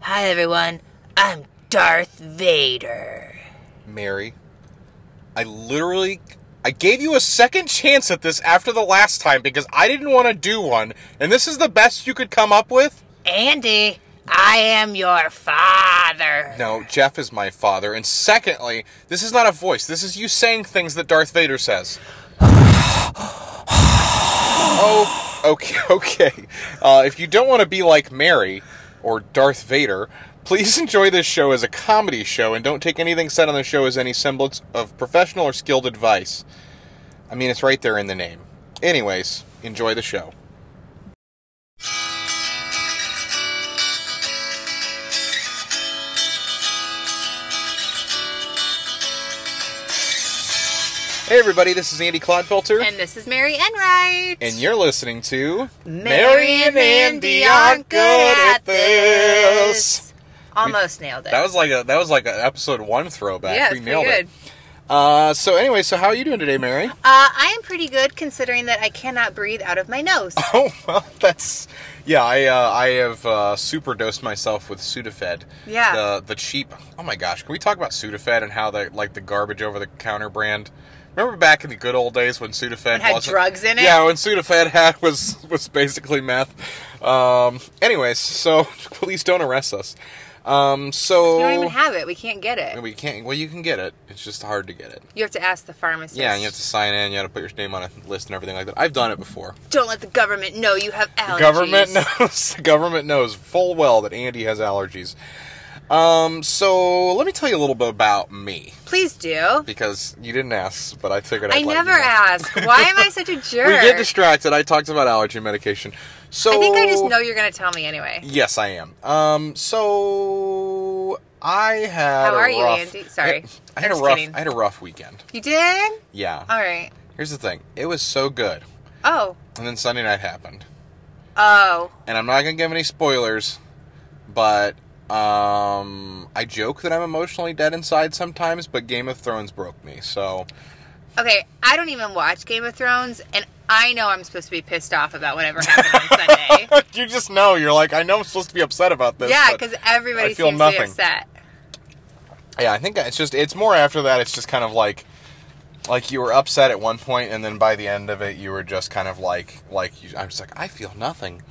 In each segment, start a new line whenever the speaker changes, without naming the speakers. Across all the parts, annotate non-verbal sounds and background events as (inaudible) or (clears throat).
Hi, everyone. I'm Darth Vader.
Mary, I literally I gave you a second chance at this after the last time because I didn't want to do one, and this is the best you could come up with?
Andy, I am your father.
No, Jeff is my father. And secondly, this is not a voice. This is you saying things that Darth Vader says. oh, okay, (laughs) okay. Uh, if you don't want to be like Mary or Darth Vader, please (laughs) enjoy this show as a comedy show and don't take anything said on the show as any semblance of professional or skilled advice. I mean, it's right there in the name. Anyways, enjoy the show. Hey everybody, this is Andy Clodfelter.
And this is Mary Enright.
And you're listening to
Mary and Andy aren't good at this. Almost nailed it.
That was like a that was like an episode one throwback.
yeah,
we
it's pretty
nailed
good.
it. Uh, so anyway, so how are you doing today, Mary?
Uh, I am pretty good considering that I cannot breathe out of my nose.
(laughs) Oh well, that's yeah. I uh, I have uh, superdosed myself with Sudafed.
Yeah.
The the cheap. Oh my gosh, can we talk about Sudafed and how they like the garbage over the counter brand? Remember back in the good old days when Sudafed
It had
wasn't-
drugs in it?
Yeah, when Sudafed had (laughs) was was basically meth. Um. Anyways, so (laughs) please don't arrest us. Um. So
We don't even have it. We can't get it.
we can't. Well, you can get it. It's just hard to get it.
You have to ask the pharmacist.
Yeah, and you have to sign in. You have to put your name on a list and everything like that. I've done it before.
Don't let the government know you have allergies.
government knows (laughs) the government knows full well that Andy has allergies. Um, so let me tell you a little bit about me
Please do.
because you didn't ask, but I figured I'd
I
let you
never
know.
ask. Why am I such a jerk?
(laughs) We get distracted. I talked about allergy medication. So
I think I just know you're going to tell me anyway.
Yes, I am. Um, so I had.
How
a
are you,
rough-
Andy? Sorry.
I, I
I'm
had a
just
rough.
kidding. Uh
I had a rough weekend.
You did?
Yeah.
All right.
Here's the thing. It was so good,
Oh.
and then Sunday night happened.
Oh.
and I'm not gonna give any spoilers, but um, I joke that I'm emotionally dead inside sometimes, but Game of Thrones broke me. So
Okay, I don't even watch Game of Thrones, and I know I'm supposed to be pissed off about whatever happened
(laughs)
on Sunday.
(laughs) you just know you're like, I know I'm supposed to be upset about this.
yeah,
but-
because everybody
I feel
seems to
nothing.
be upset.
yeah, I think it's just it's more after that. It's just kind of like like you were upset at one point, and then by the end of it, you were just kind of like like you, I was like, I feel nothing,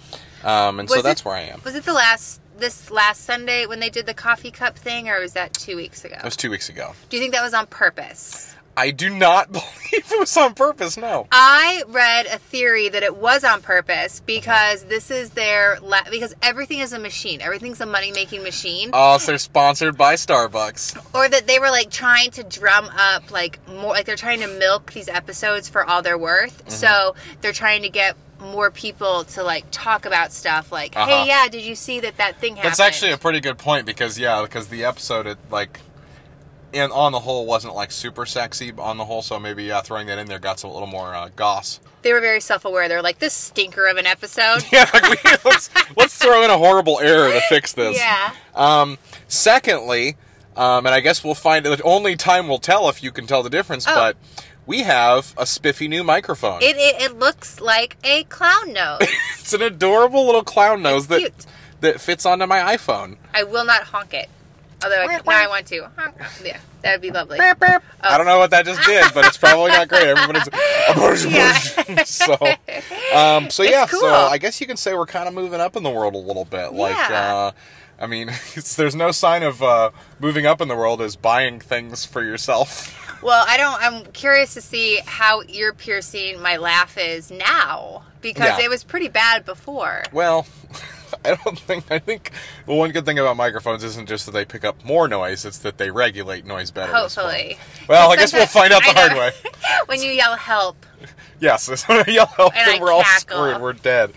um, and so
Was
that's
it-
where I am.
Was it the last this last Sunday when they did the coffee cup thing, or was that two weeks ago?
That was two weeks ago.
Do you think that was on purpose?
I do not (laughs) believe it was on purpose. No.
I read a theory that it was on purpose because this is their la- because everything is a machine, everything's a money making machine.
Oh, so they're sponsored by Starbucks.
or that they were like trying to drum up like more like they're trying to milk these episodes for all they're worth
Mm-hmm.
so they're trying to get more people to like talk about stuff like
Uh-huh.
hey yeah did you see that that thing happened
That's actually a pretty good point because yeah, because the episode it like and on the whole wasn't like super sexy on the whole, so maybe yeah, throwing that in there got some a little more uh, goss. (laughs)
they were very self-aware they're like this stinker of an episode
Yeah, like we, let's let's throw in a horrible error to fix this.
yeah
Um, secondly, um, and I guess we'll find that only time will tell if you can tell the difference,
Oh.
but we have a spiffy new microphone.
it, it, it looks like a clown
(laughs)
nose
it's an adorable little clown nose that
cute.
that fits onto my iPhone.
i will not honk it although I, now i want to honk. yeah that would be lovely
I don't know what that just did, but it's probably not great. Everybody's
Yeah.
(laughs) so, um, so yeah.
cool.
So I guess you can say we're kind of moving up in the world a little bit. Like,
Yeah.
uh, I mean, (laughs) it's, there's no sign of uh, moving up in the world as buying things for yourself.
Well, I don't. I'm curious to see how ear piercing my laugh is now because
Yeah.
it was pretty bad before.
Well, (laughs) I don't think. I think the one good thing about microphones isn't just that they pick up more noise; it's that they regulate noise better.
Oh,
as well.
Hopefully.
Well, I
(laughs)
guess we'll
Sometimes-
find out the
I know.
hard way.
when you yell help,
Yes, (laughs) it's gonna yell help
And
and
I
we're all
cackle.
screwed. We're dead.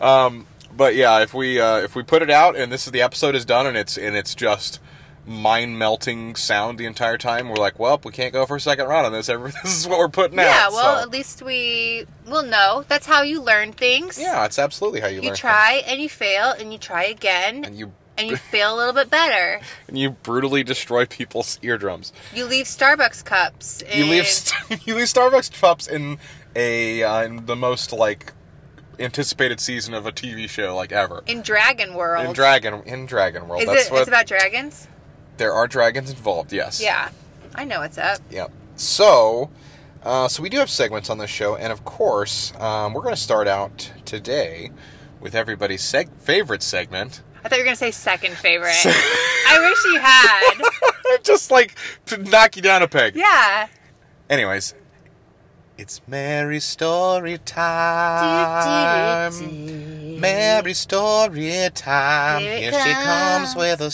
Um, but yeah, if we uh, if we put it out and this is the episode is done and it's and it's just mind melting sound the entire time, we're like, well, we can't go for a second round on this. Every, (laughs) this is what we're putting out.
yeah. Well,
so.
at least we will know. That's how you learn things.
yeah, it's absolutely how you,
You
learn.
try and you fail and you try again
(laughs) and
and you,
you
fail a little bit better.
and you brutally destroy people's (laughs) eardrums.
You leave Starbucks cups. And
(laughs) You leave st- you leave Starbucks cups in a uh, in the most like anticipated season of a TV show like ever.
in Dragon World.
In Dragon in Dragon World,
is
that's
it?
what
It's about dragons.
there are dragons involved. Yes.
Yeah, I know what's up.
Yep. So, uh, so we do have segments on this show, and of course, um, we're going to start out today with everybody's seg- favorite segment. (laughs)
I thought you were gonna say second favorite. I wish you had.
Just like to knock you down a peg.
Yeah.
Anyways, it's Mary story time. Mary story time.
Here it
Here she comes with a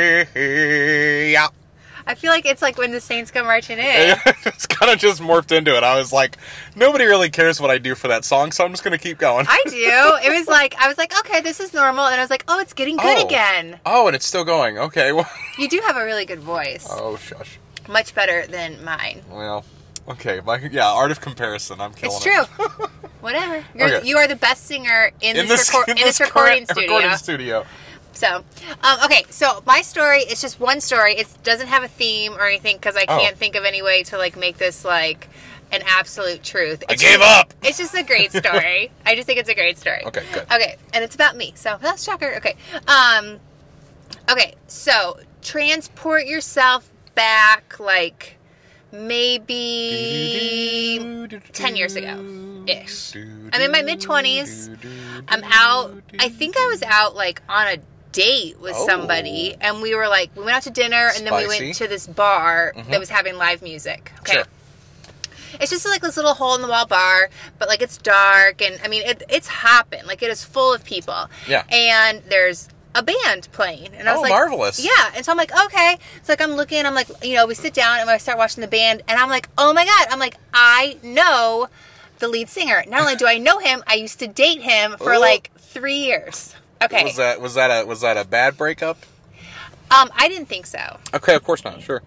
story. Yeah. (laughs)
I feel like it's like when the Saints come marching in.
it's kind of just morphed into it. I was like, nobody really cares what I do for that song, so I'm just going to keep going.
I do. It was like I was like, okay, this is normal, and I was like, oh, it's getting good
Oh.
again.
Oh, and it's still going. Okay. (laughs) Well,
You do have a really good voice,
oh, shush.
much better than mine.
Well, okay. My, yeah, art of comparison. I'm killing
It's
it.
true.
(laughs)
Whatever. You're,
Okay.
You are the best singer in,
In
this,
this,
recor- in this, recording,
current
studio.
recording studio.
So, um, okay, so my story is just one story. It doesn't have a theme or anything because I
Oh.
can't think of any way to like make this like an absolute truth.
I
It's
gave
just-
up.
It's just a great
(laughs)
story. I just think it's a great story.
Okay, good.
Okay, and it's about me. So that's shocker. Okay, um, okay, so transport yourself back like maybe 10 years ago ish. I'm in my mid 20s. I'm out. I think I was out like on a date with
Oh.
somebody, and we were like, we went out to dinner, and then we
Spicy. Mm-hmm.
went to this bar that was having live music. Okay.
Sure.
It's just like this little hole in the wall bar, but like it's dark, and I mean, it, it's hopping. Like it is full of people.
Yeah.
And there's a band playing, and I was
Oh,
like,
marvelous.
Yeah. And so I'm like, okay. So like I'm looking, I'm like, you know, we sit down and I start watching the band, and I'm like, oh my god, I'm like, I know the lead singer. Not only do I know him, I used to date him for
Ooh.
like three years. Okay.
Was that was that a was that a bad breakup?
Um, I didn't think so.
Okay, of course not. Sure.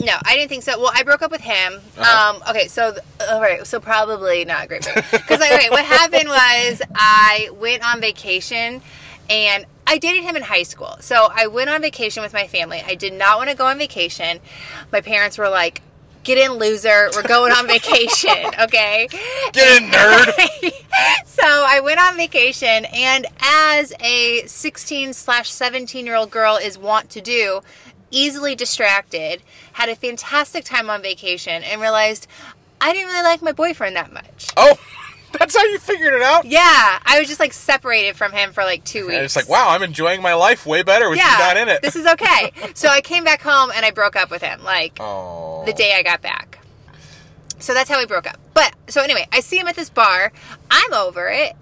No, I didn't think so. Well, I broke up with him.
Uh-huh.
Um, okay, so th- all right, so probably not a great because like, okay, what happened was I went on vacation, and I dated him in high school. So I went on vacation with my family. I did not want to go on vacation. My parents were like, "Get in, loser. We're going on vacation." Okay.
Get
(laughs)
in, nerd.
so I went on vacation, and as a 16 slash 17 year old girl is wont to do, easily distracted, had a fantastic time on vacation, and realized I didn't really like my boyfriend that much.
oh, that's how you figured it out.
Yeah, I was just like separated from him for like two weeks.
And it's like, wow, I'm enjoying my life way better with you not in it. (laughs)
this is okay. so I came back home and I broke up with him. Like,
oh,
the day I got back. So that's how we broke up. But so anyway, I see him at this bar. I'm over it.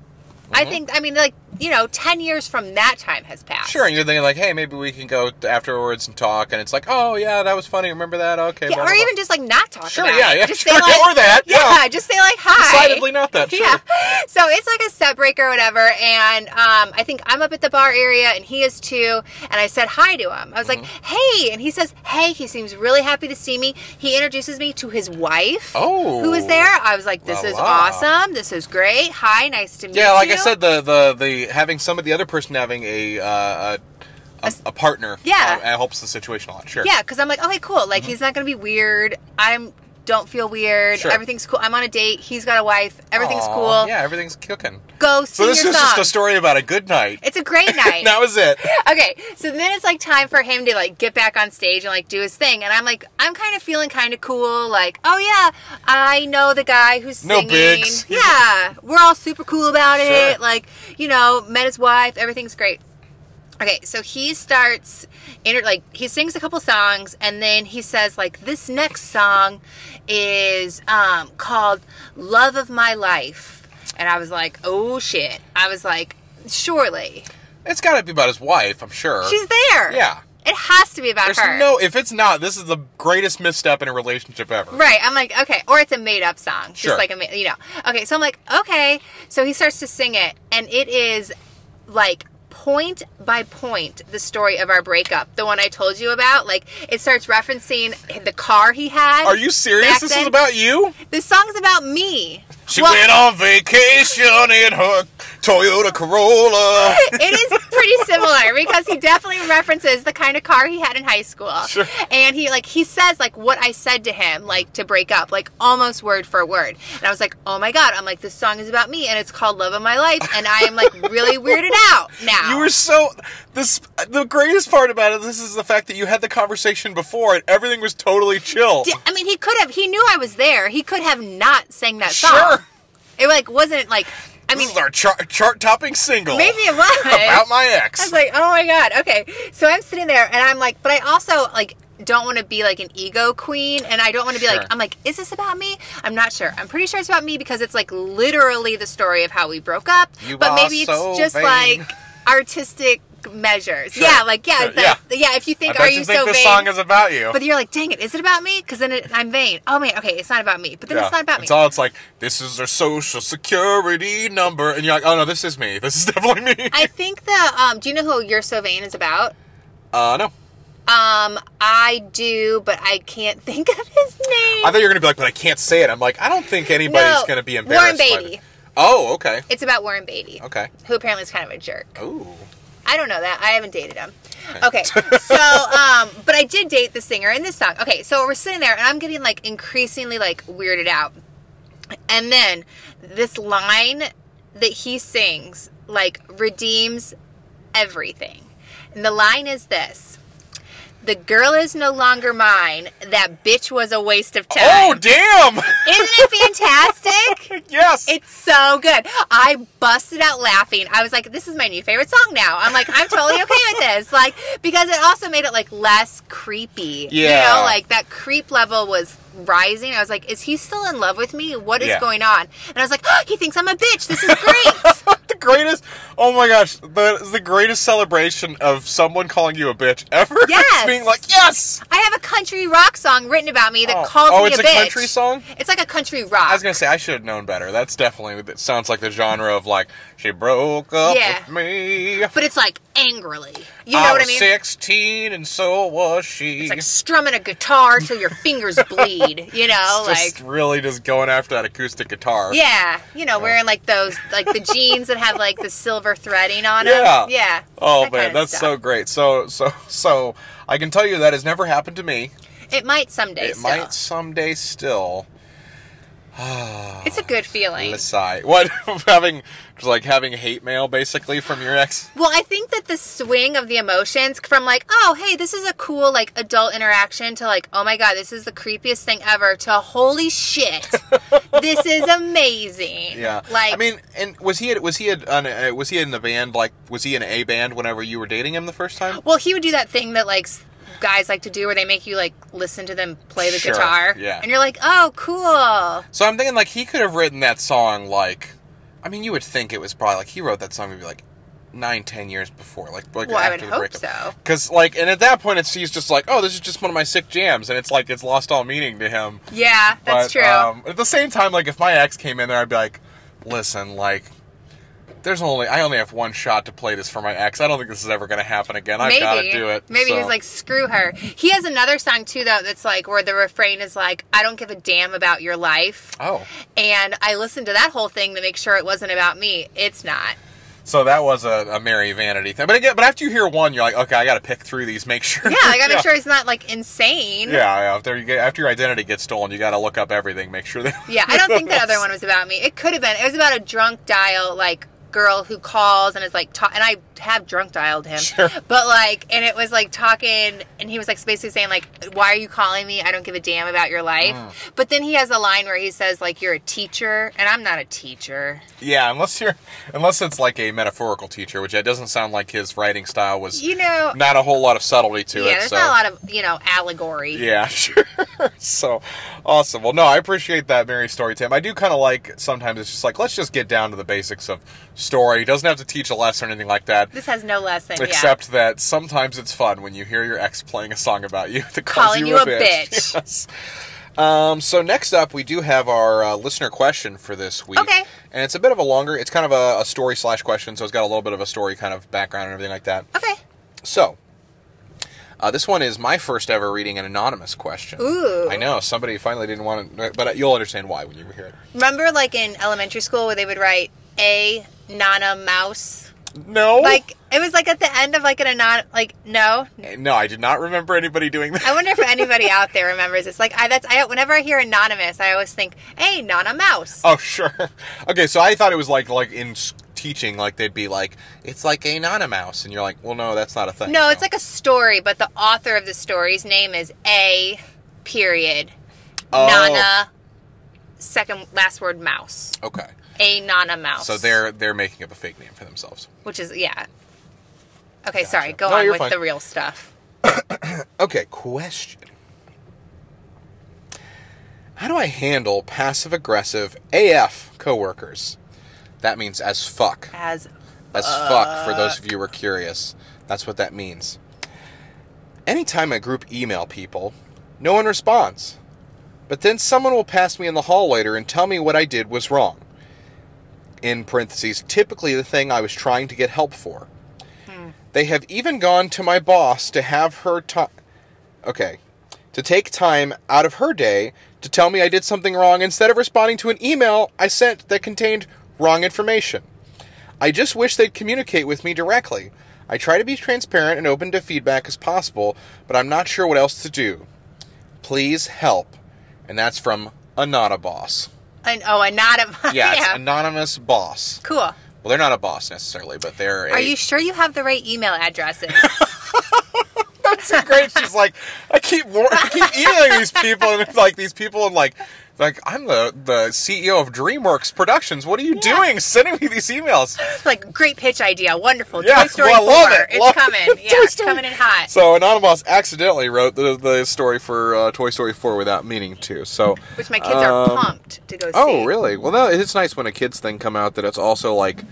I
Mm-hmm.
think I mean like you know, ten years from that time has passed.
sure. And you're thinking like, hey, maybe we can go afterwards and talk. And it's like, oh yeah, that was funny. Remember that? Okay.
Yeah,
blah,
or
blah, blah.
even just like not talk
Sure,
about
yeah,
it.
yeah,
Just
sure,
say like,
or that,
Yeah,
yeah.
just say like hi.
decidedly not that. Sure.
(laughs) Yeah. So it's like a set breaker or whatever. And um, I think I'm up at the bar area and he is too. And I said hi to him. I was like,
Mm-hmm.
hey. And he says, hey. He seems really happy to see me. He introduces me to his wife.
Oh.
Who was there. I was like, this
La
is
la.
awesome. This is great. Hi. Nice to meet you.
Yeah, like I said, the the the having some of the other person having a uh, a, a, a partner,
Yeah.
uh, helps the situation a lot. Sure.
Yeah, because I'm like, okay, cool.
Mm-hmm.
Like he's not gonna be weird. I'm don't feel weird.
Sure.
Everything's cool. I'm on a date. He's got a wife. Everything's
Aw,
cool.
Yeah, everything's cooking.
Go sing
So this
your
is
song.
just a story about a good night.
It's a
(laughs)
great night.
that was it.
okay, so then it's like time for him to like get back on stage and like do his thing, and I'm like, I'm kind of feeling kind of cool, like, oh yeah, I know the guy who's
No
singing.
bigs.
Yeah, we're all super cool about
Sure.
it. Like, you know, met his wife, everything's great. Okay, so he starts, inter- like, he sings a couple songs, and then he says, like, this next song is um, called Love of My Life. And I was like, oh shit. I was like, surely.
It's got to be about his wife, I'm sure.
She's there.
Yeah.
It has to be about
There's
her.
no. If it's not, this is the greatest misstep in a relationship ever.
Right. I'm like, okay. Or it's a made up song.
Sure.
Just like a, ma- you know. Okay. So I'm like, okay. So he starts to sing it, and it is like point by point the story of our breakup, the one I told you about. Like, it starts referencing the car he had.
Are you serious?
Back
this
then-
is about you.
This song's about me.
She
Well-
went on vacation in her Toyota Corolla.
(laughs) it is pretty similar because he definitely references the kind of car he had in high school.
Sure.
And he like he says like what I said to him like to break up like almost word for word. And I was like, "Oh my god, I'm like this song is about me and it's called Love of My Life and I am like
(laughs)
really weirded out now."
You were so this. The greatest part about it, this is the fact that you had the conversation before, and everything was totally chill.
D- I mean, he could have he knew I was there. He could have not sang that song.
Sure.
It like wasn't like I mean
this is our chart chart topping single.
maybe it was.
(laughs) about my
I
ex.
was like, oh my god, okay. So I'm sitting there and I'm like, but I also like don't want to be like an ego queen and I don't want to be
Sure.
like I'm like, is this about me? I'm not sure. I'm pretty sure it's about me because it's like literally the story of how we broke up.
You
but
are
maybe it's
so
just
vain.
like artistic measures.
Sure.
Yeah, like yeah,
Sure,
it's like- yeah. if you
I
think
bet
are
you
you,
think
so
this
vain?
song is about you.
but you're like, dang it, is it about me? Because then it, I'm vain. Oh man, okay, it's not about me. But then it's not about me.
It's all it's like, this is their social security number. And you're like, oh no, this is me. This is (laughs) definitely me.
I think the um, do you know who You're So Vain is about?
uh, no.
Um, I do, but I can't (laughs) think of his name.
I thought you were going to be like, but I can't say it. I'm like, I don't think anybody's
No,
going to be
Warren
embarrassed. by
Beatty.
it. Oh, okay.
It's about Warren Beatty,
Okay.
who apparently is kind of a jerk.
Ooh.
I don't know that. I haven't dated him. Okay, so
(laughs)
um, but I did date the singer in this song. Okay, so we're sitting there, and I'm getting like increasingly like weirded out, and then this line that he sings like redeems everything, and the line is this. The girl is no longer mine. That bitch was a waste of time.
Oh, damn. (laughs)
Isn't it fantastic?
yes.
It's so good. I busted out laughing. I was like, this is my new favorite song now. I'm like, I'm totally okay with this. Like, because it also made it like less creepy.
Yeah.
You know, like that creep level was rising. I was like, is he still in love with me? What is
Yeah.
going on? And I was like, oh, he thinks I'm a bitch. This is great.
(laughs) the greatest. Oh my gosh. That is the greatest celebration of someone calling you a bitch ever. It's
Yes.
being like, yes.
I have a country rock song written about me that
Oh.
calls
Oh,
me
it's
a
a
bitch.
country song?
It's like a country rock.
I was gonna say I should have known better. That's definitely that sounds like the genre of like she broke up
Yeah.
with me.
but it's like angrily. You know
I
what I
was
mean?
Sixteen, and so was she.
It's like strumming a guitar till your fingers
(laughs)
bleed. You know, oh,
It's
like
just really just going after that acoustic guitar.
Yeah, you know, wearing like those, like the jeans that have like the silver threading on
Yeah.
them. Yeah.
Oh
that
man,
kinda
that's so
stuff.
great. So so so I can tell you that has never happened to me.
It might someday.
It
still.
might someday still.
It's a good feeling.
Let's sigh. (laughs) What having just like having hate mail basically from your ex?
Well, I think that the swing of the emotions from like, oh, hey, this is a cool like adult interaction to like, oh my god, this is the creepiest thing ever to holy shit,
(laughs)
this is amazing.
Yeah.
Like,
I mean, and was he was he an, uh, was he in the band like was he in a band whenever you were dating him the first time?
well, he would do that thing that like s- guys like to do where they make you like listen to them play the
Sure,
guitar.
yeah.
And you're like, oh, cool.
So I'm thinking like he could have written that song like, I mean you would think it was probably like he wrote that song maybe like nine ten years before like like
Well, I
after
would
the
hope
breakup.
so.
Because like and at that point it's he's just like oh this is just one of my sick jams and it's like it's lost all meaning to him.
Yeah, that's
But,
true.
Um, at the same time, like if my ex came in there, I'd be like, "Listen, like, there's only I only have one shot to play this for my ex. I don't think this is ever going to happen again. I've got to do it."
Maybe
so.
he's like, screw her. He has another song too, though, that's like where the refrain is like, I don't give a damn about your life.
"Oh,
And I listened to that whole thing to make sure it wasn't about me. It's
(laughs)
not.
so that was a, a Mary Vanity thing." But again, but after you hear one, you're like, "Okay, I got to pick through these, make (laughs) sure."
Yeah, I gotta make sure he's not like insane.
Yeah, yeah. After you get after your identity gets stolen, you got to look up everything, make sure that.
Yeah, I don't think that
(laughs)
other one was about me. It could have been. It was about a drunk dial, like girl who calls and is like, ta- and I have drunk dialed him,
Sure.
but like, and it was like talking, and he was like basically saying like, "Why are you calling me? I don't give a damn about your life."
Mm.
But then he has a line where he says like, "You're a teacher," and I'm not a teacher.
Yeah, unless you're unless it's like a metaphorical teacher, which it doesn't sound like his writing style was.
You know,
Not a whole lot of subtlety to it.
yeah, there's
so.
not a lot of you know allegory.
Yeah, (laughs) sure. so awesome. Well, no, I appreciate that Mary story, Tim. I do kind of like sometimes it's just like let's just get down to the basics of story. It doesn't have to teach a lesson or anything like that.
This has no lesson.
Except that sometimes it's fun when you hear your ex playing a song about you (laughs) that calls
Calling you a bitch.
(laughs) Yes. Um, so next up, we do have our uh, listener question for this week.
Okay.
And it's a bit of a longer. It's kind of a, a story slash question, so it's got a little bit of a story kind of background and everything like that.
yeah. Okay.
So, Uh, this one is my first ever reading an anonymous question.
Ooh.
I know somebody finally didn't want to, but you'll understand why when you hear it.
Remember, like in elementary school, where they would write "a Nana Mouse."
No,
Like it was like at the end of like an anon. Like no,
no, I did not remember anybody doing that. (laughs)
I wonder if anybody out there remembers this. Like I, that's I. Whenever I hear anonymous, I always think "a Nana Mouse."
Oh sure. Okay, so I thought it was like like in s- teaching, like they'd be like, it's like anonymous, and you're like, well, no, that's not a thing.
No, it's like a story, but the author of the story's name is A. Period.
Oh.
Nana. Second last word mouse.
okay.
A Nana Mouse.
So they're they're making up a fake name for themselves.
which is yeah. Okay, sorry. Go
No,
on
you're
with
fine.
the real stuff.
Okay, question. How do I handle passive aggressive AF coworkers? That means as fuck.
As
As fuck, for those of you who are curious. That's what that means. Anytime I group email people, no one responds. But then someone will pass me in the hall later and tell me what I did was wrong. In parentheses, typically the thing I was trying to get help for. They have even gone to my boss to have her time. Okay. To take time out of her day to tell me I did something wrong instead of responding to an email I sent that contained wrong information. I just wish they'd communicate with me directly. I try to be transparent and open to feedback as possible, but I'm not sure what else to do. Please help. And that's from Anonymous Boss.
an oh a not a
Yeah,
(laughs)
it's Anonymous Boss.
cool. Are
Well, they're not a boss necessarily, but they're. a, (laughs)
you sure you have the right email addresses?
so great. She's like, I keep war- I keep emailing these people, and it's like these people, and like, like I'm the the CEO of DreamWorks Productions. What are you doing sending me these emails?
like great pitch idea, wonderful.
Yeah,
Toy Story
well, I love
four,
it,
it's
love it. (laughs)
coming.
Toy
Yeah, it's
Story.
coming in hot.
So Anonymous accidentally wrote the the story for uh, Toy Story 4 without meaning to. So.
Which my kids are
um,
pumped to go see.
Oh, really? Well, no, it's nice when a kids thing come out that it's also like,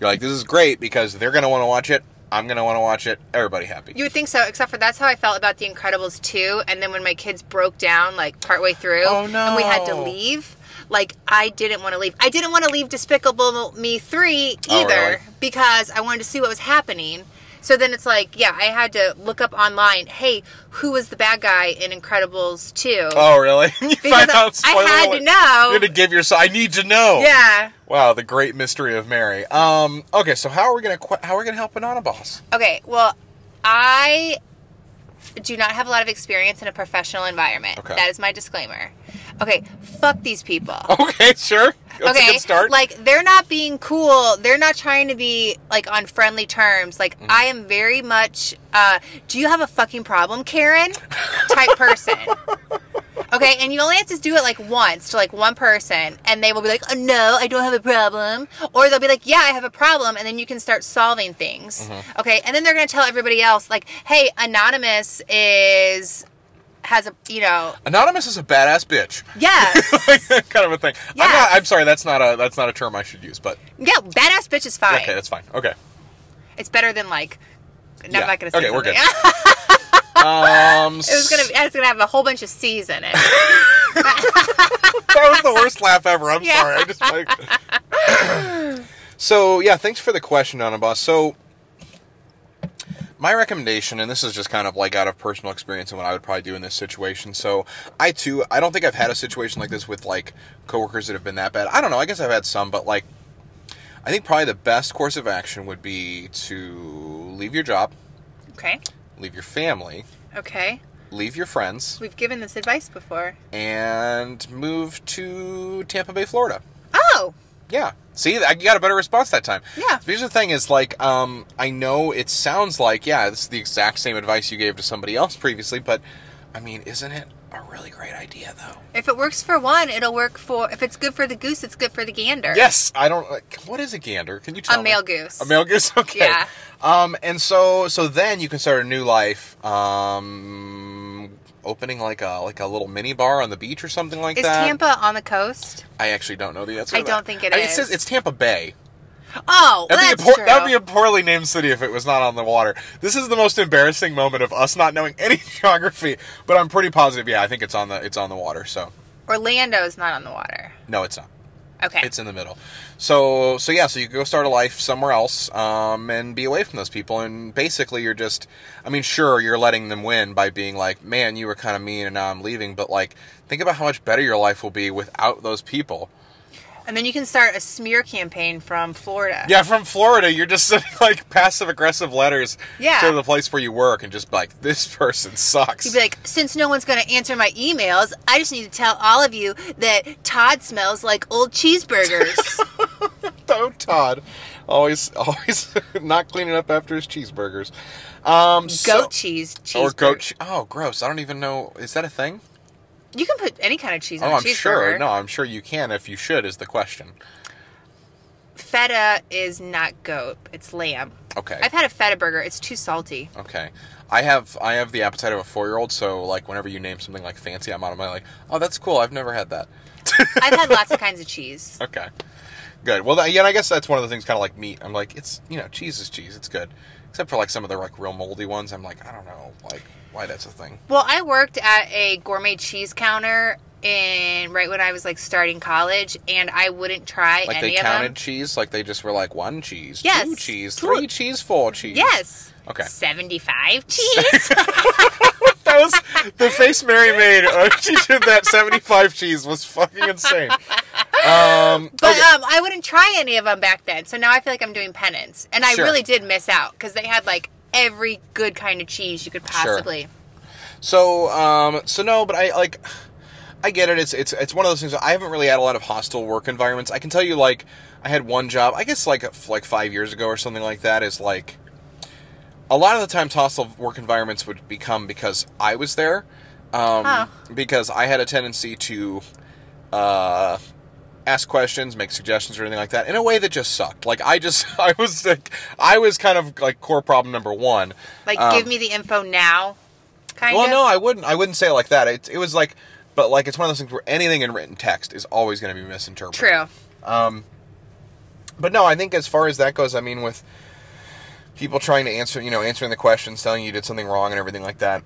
you're like, this is great because they're gonna want to watch it. I'm gonna want to watch it. Everybody happy.
You would think so, except for that's how I felt about The Incredibles 2. And then when my kids broke down, like partway through,
Oh,
and we had to
no.
leave, like I didn't want to leave. I didn't want to leave Despicable Me 3 either
Oh, really?
because I wanted to see what was happening. So then it's like, yeah, I had to look up online, hey, who was the bad guy in Incredibles 2?
Oh, really? (laughs) you
Because I- I
spoiler
had to
alert.
know.
You had to give yourself. I need to know.
Yeah.
Wow, the great mystery of Mary. Um, okay, so how are we gonna qu- how are we gonna help Anonymous? (laughs)
Okay, well, I do not have a lot of experience in a professional environment.
Okay.
That is my disclaimer. Okay, fuck these people.
Okay, sure. That's a good start.
Like they're not being cool. They're not trying to be like on friendly terms. Like
Mm-hmm.
I am very much uh do you have a fucking problem, Karen? type
(laughs)
person. Okay, and you only have to do it like once to like one person and they will be like, "Oh no, I don't have a problem." Or they'll be like, "Yeah, I have a problem." And then you can start solving things.
Mm-hmm.
Okay? And then they're going to tell everybody else like, "Hey, anonymous is has a, you
(laughs)
know,
Anonymous is a badass bitch.
yes.
(laughs) kind of a thing.
Yeah.
I'm, not, I'm sorry, that's not a that's not a term I should use, but
yeah, badass bitch is fine.
okay, that's fine.
(laughs)
Okay.
It's better than like. No,
Yeah.
I'm not gonna say.
Okay, we're
something.
good.
(laughs)
Um,
it was gonna. Be, I was gonna have a whole bunch of C's in
(laughs)
it.
that was the worst laugh ever.
(laughs)
I'm
Yeah.
sorry. I just like.
(laughs)
so yeah, thanks for the question, Anabas. So my recommendation, and this is just kind of like out of personal experience and what I would probably do in this situation. So I too, I don't think I've had a situation like this with like coworkers that have been that bad. I don't know. I guess I've had some, but like, I think probably the best course of action would be to leave your job,
okay.
leave your family,
Okay.
leave your friends,
We've given this advice before.
and move to Tampa Bay, Florida.
Oh.
Yeah. See, I got a better response that time.
Yeah.
Here's the thing: is like, um, I know it sounds like, yeah, this is the exact same advice you gave to somebody else previously, but I mean, isn't it a really great idea though?
If it works for one, it'll work for. If it's good for the goose, it's good for the gander.
Yes, I don't. Like, what is a gander? Can you tell me?
male goose.
A male goose. (laughs) Okay.
Yeah.
Um, and so so then you can start a new life. Um, opening like a like a little mini bar on the beach or something like
Is
that.
Tampa on the coast?
I actually don't know the answer.
I
to that.
don't think it
I mean, It
is.
says it's Tampa Bay.
Oh,
That'd
that's
be, a poor,
true.
that'd be a poorly named city if it was not on the water. This is the most embarrassing moment of us not knowing (laughs) any geography, but I'm pretty positive. Yeah, I think it's on the it's on the water. So
Orlando is not on the water.
no, it's not.
Okay.
It's in the middle. So so yeah, so you go start a life somewhere else um, and be away from those people. And basically, you're just, I mean, sure, you're letting them win by being like, man, you were kind of mean, and now I'm leaving. But like, think about how much better your life will be without those people.
and then you can start a smear campaign from Florida.
Yeah, from Florida, you're just (laughs) sending like passive aggressive letters
Yeah.
to the place where you work, and just be like, this person sucks.
You'd be like, since no one's going to answer my emails, I just need to tell all of you that Todd smells like old
(laughs)
cheeseburgers.
Oh, Todd, always, (laughs) always not cleaning up after his cheeseburgers. Um, so-
goat cheese, cheeseburger.
or goat. Che- oh, gross! I don't even know. Is that a thing?
You can put any kind of cheese on
Oh,
a
I'm
cheeseburger.
sure. No, I'm sure you can if you should. Is the question?
Feta is not goat; it's lamb.
Okay.
I've had a feta burger. It's too salty.
Okay. I have I have the appetite of a four year old. So like whenever you name something like fancy, I'm automatically like, oh, that's cool. I've never had that.
I've had lots of kinds of
(laughs)
cheese.
Okay. Good. Well, th- yeah, I guess that's one of the things, kind of like meat. I'm like, it's you know, cheese is cheese. It's good, except for like some of the like real moldy ones. I'm like, I don't know, like why that's a thing.
Well, I worked at a gourmet cheese counter in right when I was like starting college, and I wouldn't try
Like
any
they
of
counted
them.
cheese, like they just were like one cheese, two
Yes.
cheese,
Two-
three cheese, four cheese.
Yes.
Okay.
Seventy-five cheese.
(laughs) That was the face Mary made. when she did that seventy-five cheese was fucking insane.
(laughs)
Um,
(laughs) But
okay.
um, I wouldn't try any of them back then. So now I feel like I'm doing penance. And I
Sure.
really did miss out because they had like every good kind of cheese you could possibly.
So, um, so no, but I like, I get it. It's it's it's one of those things. I haven't really had a lot of hostile work environments. I can tell you, like, I had one job. I guess like f- like five years ago or something like that. Is like, a lot of the times hostile work environments would become because I was there, um,
Huh.
because I had a tendency to, uh, ask questions, make suggestions, or anything like that in a way that just sucked. Like I just (laughs) I was like I was kind of like core problem number one.
Like,
Um,
give me the info now. Kind
well,
of.
no, I wouldn't. I wouldn't say it like that. It, it was like, but like it's one of those things where anything in written text is always going to be misinterpreted.
True.
But no, I think as far as that goes, I mean, with people trying to answer, you know, answering the questions, telling you you did something wrong and everything like that,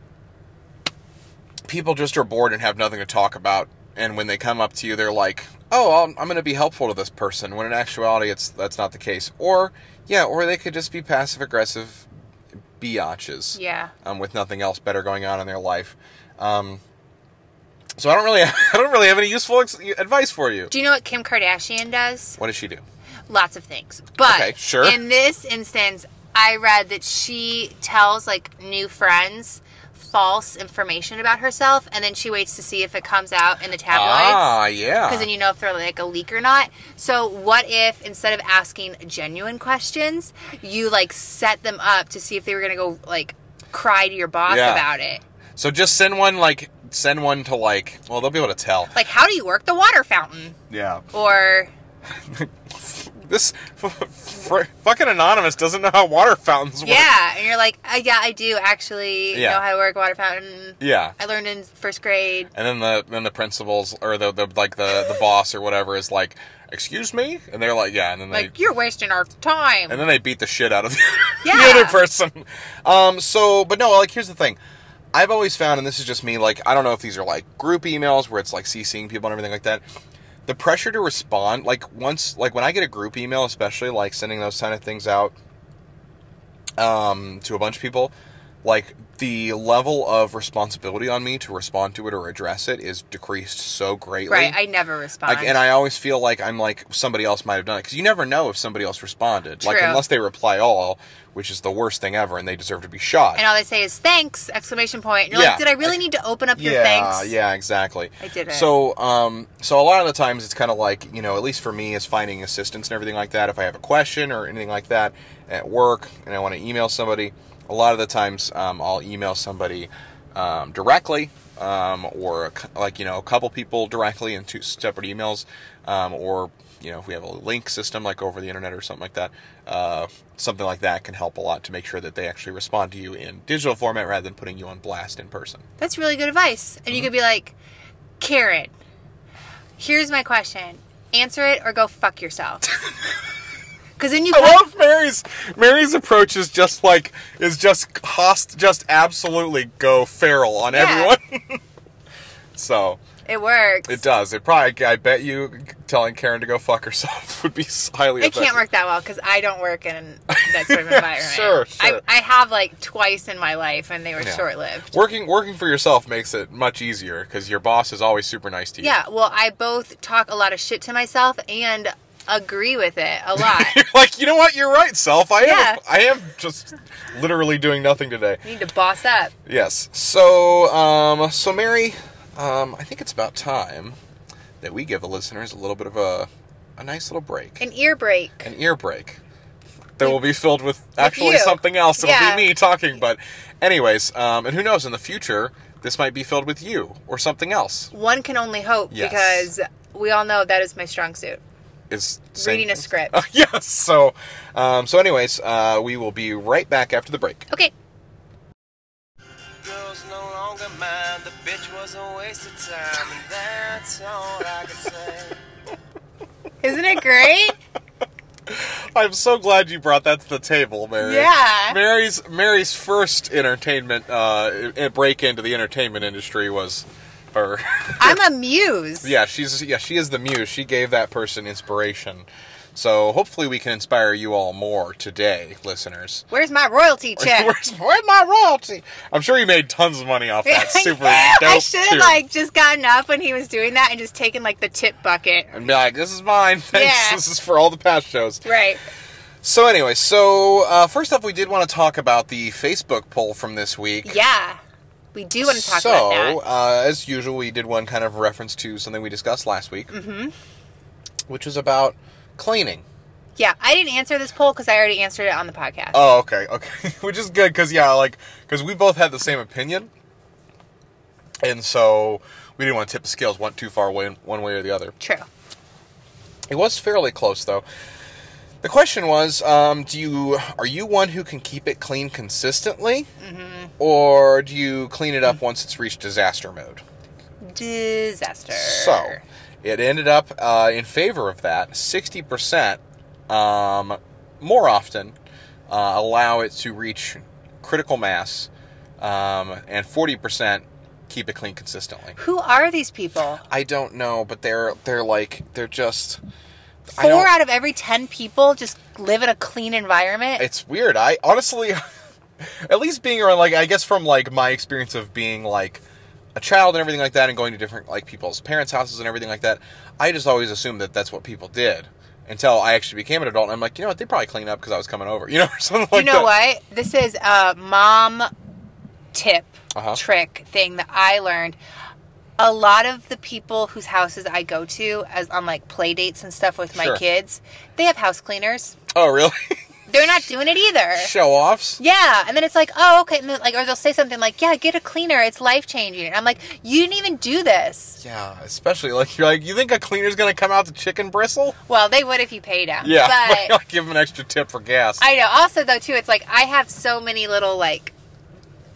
people just are bored and have nothing to talk about. And when they come up to you, they're like, "Oh, I'm, I'm going to be helpful to this person." When in actuality, it's that's not the case. Or yeah, or they could just be passive aggressive biatches.
Yeah.
um, with nothing else better going on in their life. Um, so I don't really, (laughs) I don't really have any useful ex- advice for you.
Do you know what Kim Kardashian does?
What does she do?
Lots of things. But
Okay, sure.
in this instance, I read that she tells like new friends false information about herself and then she waits to see if it comes out in the tabloids.
Ah, yeah.
because then you know if they're like a leak or not. So what if instead of asking genuine questions, you like set them up to see if they were gonna go like cry to your boss
Yeah.
about it?
so just send one like send one to like well they'll be able to tell.
Like how do you work the water fountain?
Yeah.
Or
This (laughs) fr- fucking anonymous doesn't know how water fountains work.
yeah, and you're like, uh, yeah, I do actually
Yeah.
know how to work a water fountain.
Yeah.
I learned in first grade.
And then the then the principals or the, the like the the boss or whatever is like, "Excuse me," and they're like, "Yeah," and then they
Like you're wasting our time.
and then they beat the shit out of the,
Yeah.
the other (laughs) person. Um, so, but no, like here's the thing. I've always found, and this is just me, like I don't know if these are like group emails where it's like CCing people and everything like that. The pressure to respond, like once, like when I get a group email, especially like sending those kind of things out um, to a bunch of people, like the level of responsibility on me to respond to it or address it is decreased so greatly.
right, I never respond.
Like, and I always feel like I'm like somebody else might have done it because you never know if somebody else responded. Like
True.
unless they reply all, which is the worst thing ever, and they deserve to be shot.
And all they say is thanks exclamation point. And you're
Yeah.
like, did I really
Like-
need to open up your
yeah,
thanks?
yeah, exactly.
I did it.
So, um, so a lot of the times it's kind of like you know, at least for me, is finding assistance and everything like that. If I have a question or anything like that at work, and I want to email somebody, a lot of the times um, I'll email somebody um, directly, um, or a cou- like you know, a couple people directly in two separate emails, um, or you know, if we have a link system like over the internet or something like that, uh, something like that can help a lot to make sure that they actually respond to you in digital format rather than putting you on blast in person.
That's really good advice. And you
Mm-hmm.
could be like, Karen, here's my question. Answer it or go fuck yourself.
(laughs)
Because then you
I love Mary's Mary's approach is just like is just host just absolutely go feral on
Yeah.
everyone. (laughs) so
It works.
It does. It probably. I bet you telling Karen to go fuck herself (laughs) would be highly.
It can't
effective.
work that well because I don't work in that sort
(laughs)
of environment.
Sure, sure.
I, I have like twice in my life, and they were
Yeah.
short lived.
Working working for yourself makes it much easier because your boss is always super nice to you.
Yeah. Well, I both talk a lot of shit to myself and agree with it a
(laughs)
lot.
(laughs) You're like, you know what? You're right, self. I
Yeah.
am. I am just literally doing nothing today.
I need to boss up.
Yes. So, um, so Mary, um, I think it's about time that we give the listeners a little bit of a a nice little break,
An ear break.
an ear break. That will be filled with actually
you.
something else. It'll
Yeah.
be me talking, but anyways, um, and who knows? In the future, this might be filled with you or something else.
One can only hope
Yes.
because we all know that is my strong suit.
Is saying-
Reading a script.
(laughs) yes. So, um, so anyways, uh, we will be right back after the break.
Okay.
Girls no longer mind, the bitch was a waste of time, and that's all I can say.
Isn't it
(laughs)
great?
I'm so glad you brought that to the table, Mary.
Yeah.
Mary's Mary's first entertainment uh, i- break into the entertainment industry was her.
I'm amused.
(laughs) yeah, she's yeah she is the muse. She gave that person inspiration. So hopefully we can inspire you all more today, listeners.
Where's my royalty check?
(laughs) Where's, where's my royalty? I'm sure you made tons of money
(laughs)
off that super dope
I should have
tune.
like just gotten up when he was doing that and just taken like the tip bucket.
and be like, this is mine. (laughs) Thanks.
Yeah.
This is for all the past shows.
Right.
So anyway, so uh, first off, we did want to talk about the Facebook poll from this week.
Yeah. We do want to talk
so,
about that.
uh, as usual, we did one kind of reference to something we discussed last week, mm-hmm. which was about cleaning.
Yeah, I didn't answer this poll because I already answered it on the podcast.
Oh, okay, okay, (laughs) which is good because yeah, like because we both had the same opinion, and so we didn't want to tip the scales one too far one one way or the other.
True.
It was fairly close though. The question was, um, do you are you one who can keep it clean consistently,
Mm-hmm.
or do you clean it up once it's reached disaster mode?
Disaster.
So it ended up uh, in favor of that. Sixty percent um, more often uh, allow it to reach critical mass, um, and forty percent keep it clean consistently.
Who are these people?
I don't know, but they're they're like they're just I don't-
Four out of every ten people just live in a clean environment.
it's weird. I honestly, (laughs) at least being around, like, I guess from like my experience of being like a child and everything like that, and going to different like people's parents' houses and everything like that, I just always assumed that that's what people did until I actually became an adult. And I'm like, you know what? They probably cleaned up because I was coming over, (laughs) you know, or something like
you know
that.
what? This is a mom tip
Uh-huh.
trick thing that I learned. A lot of the people whose houses I go to, as on like play dates and stuff with my
Sure.
kids, they have house cleaners. (laughs)
Oh, really?
They're not doing it either.
Show offs.
Yeah, and then it's like, oh, okay, and then, like, or they'll say something like, "Yeah, get a cleaner. It's life changing." And I'm like, "You didn't even do this."
Yeah, especially like you're like, you think a cleaner's gonna come out the chicken bristle?
Well, they would if you paid them.
(laughs) Yeah,
but
I'll give him an extra tip for gas.
I know. Also, though, too, it's like I have so many little like,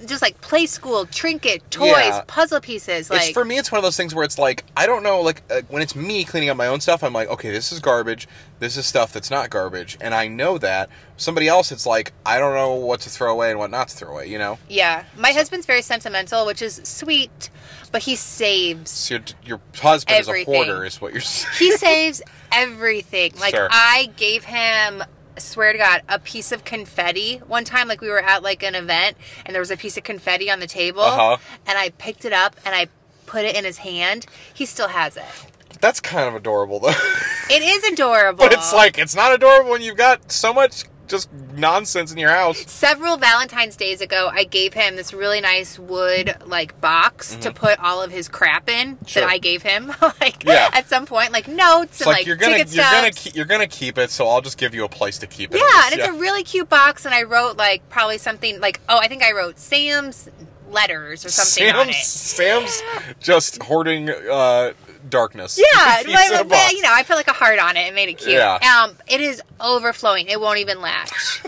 just like play school trinket toys,
Yeah.
puzzle pieces. Like
it's for me. It's one of those things where it's like I don't know. Like uh, when it's me cleaning up my own stuff, I'm like, okay, this is garbage. This is stuff that's not garbage, and I know that. Somebody else, it's like I don't know what to throw away and what not to throw away. You know,
yeah, my husband's very sentimental, which is sweet, but he saves.
so your, your husband
Everything.
is a hoarder, is what you're saying.
He saves everything. Like
Sure.
I gave him. I Swear to God, a piece of confetti. One time, like we were at like an event, and there was a piece of confetti on the table,
Uh-huh.
and I picked it up and I put it in his hand. He still has it.
(laughs) That's kind of adorable, though. (laughs)
It is adorable,
but it's like it's not adorable when you've got so much just nonsense in your house.
several Valentine's days ago, I gave him this really nice wood like box to put all of his crap in
Mm-hmm. Sure.
that I gave him. (laughs) like
Yeah.
at some point, like notes
It's
and
like,
like,
you're gonna
ticket
you're gonna
stubs.
keep you're gonna keep it, so I'll just give you a place to keep it.
yeah, and it's a really cute box, and I wrote like probably something like oh, I think I wrote Sam's letters or something
Sam's
on it.
Sam's just hoarding uh, darkness. (laughs)
Yeah,
He's
but-
in a
but,
box.
you know, I put like a heart on it and made it cute.
Yeah.
Um, it is overflowing. It won't even latch.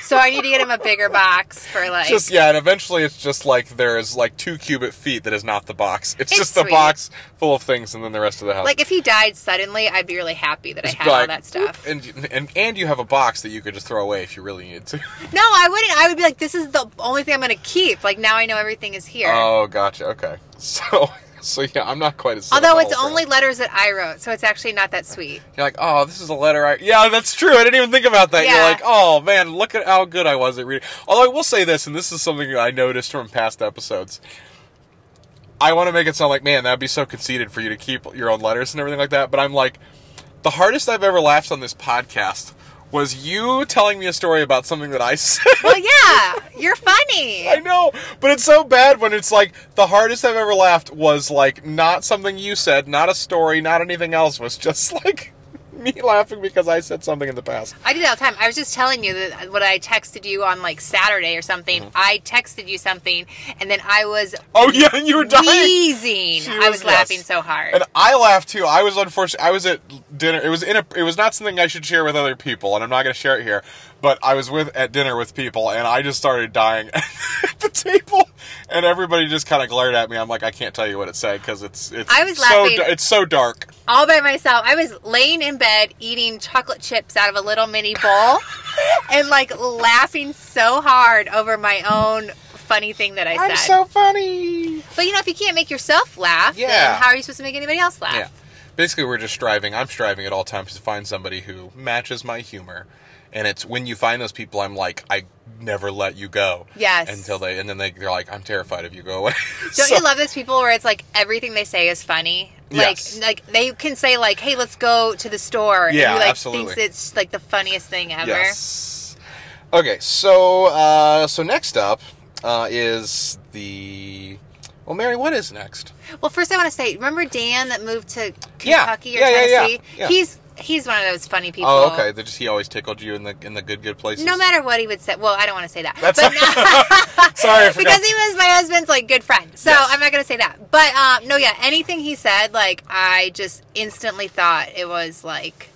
so I need to get him a bigger box for like
just yeah, and eventually it's just like there is like two cubic feet that is not the box. It's,
It's
just the
sweet.
box full of things, and then the rest of the house.
like if he died suddenly, I'd be really happy that I
Just
had all
like,
that stuff.
and and and you have a box that you could just throw away if you really needed to. (laughs)
No, I wouldn't. I would be like, this is the only thing I'm going to keep. Like now I know everything is here.
Oh, gotcha. Okay, Oh, (laughs) so So yeah, I'm not quite as.
Although it's
sentimental,
only
bro.
letters that I wrote, so it's actually not that sweet.
you're like, oh, this is a letter. I yeah, that's true. I didn't even think about that. You're
Yeah.
like, oh man, look at how good I was at reading. Although I will say this, and this is something that I noticed from past episodes. I want to make it sound like, man, that'd be so conceited for you to keep your own letters and everything like that. But I'm like, the hardest I've ever laughed on this podcast was you telling me a story about something that I (laughs) said.
Well, yeah, you're funny.
(laughs) I know, but it's so bad when it's like the hardest I've ever laughed was like not something you said, not a story, not anything else. Was just (laughs) like me laughing because I said something in the past.
I do that all the time. I was just telling you that what I texted you on like Saturday or something.
Mm-hmm.
I texted you something, and then I
(laughs)
was
Oh yeah, you were dying.
wheezing.
She
I was
was-
laughing
yes.
so hard.
And I laughed too. I was unfortunate. I was at dinner. It was in a. It was not something I should share with other people, and I'm not going to share it here. But I was with at dinner with people, and I just started dying (laughs) at the table, and everybody just kind of glared at me. I'm like, I can't tell you what it said because it's it's.
I was
so
laughing.
da- it's so dark.
all by myself. I was laying in bed eating chocolate chips out of a little mini
(laughs)
bowl and like laughing so hard over my own funny thing that I
I'm
said.
so funny.
but you know, if you can't make yourself laugh,
Yeah.
then how are you supposed to make anybody else laugh?
Yeah. Basically, we're just striving. I'm striving at all times to find somebody who matches my humor. And it's when you find those people, I'm like, I never let you go.
Yes.
Until they, and then they, they're like, I'm terrified of you. Go away. (laughs)
Don't
So-
you love those people where it's like everything they say is funny? Like,
Yes.
like they can say like, "Hey, let's go to the store."
Yeah,
and he, like,
absolutely.
Thinks it's like the funniest thing ever.
Yes. Okay, so uh, so next up uh, is the. Well, Mary, what is next?
Well, first I want to say, remember Dan that moved to
Yeah.
Kentucky or
Yeah, yeah, yeah.
Tennessee?
Yeah.
He's he's one of those funny people.
Oh, okay. They just he always tickled you in the in the good good places.
No matter what he would say. Well, I don't want to say that.
That's (laughs)
but
Sorry, I
(laughs)
forgot.
because he was my husband's like good friend. So
Yes.
I'm not gonna say that. But um, no, yeah, anything he said, like I just instantly thought it was like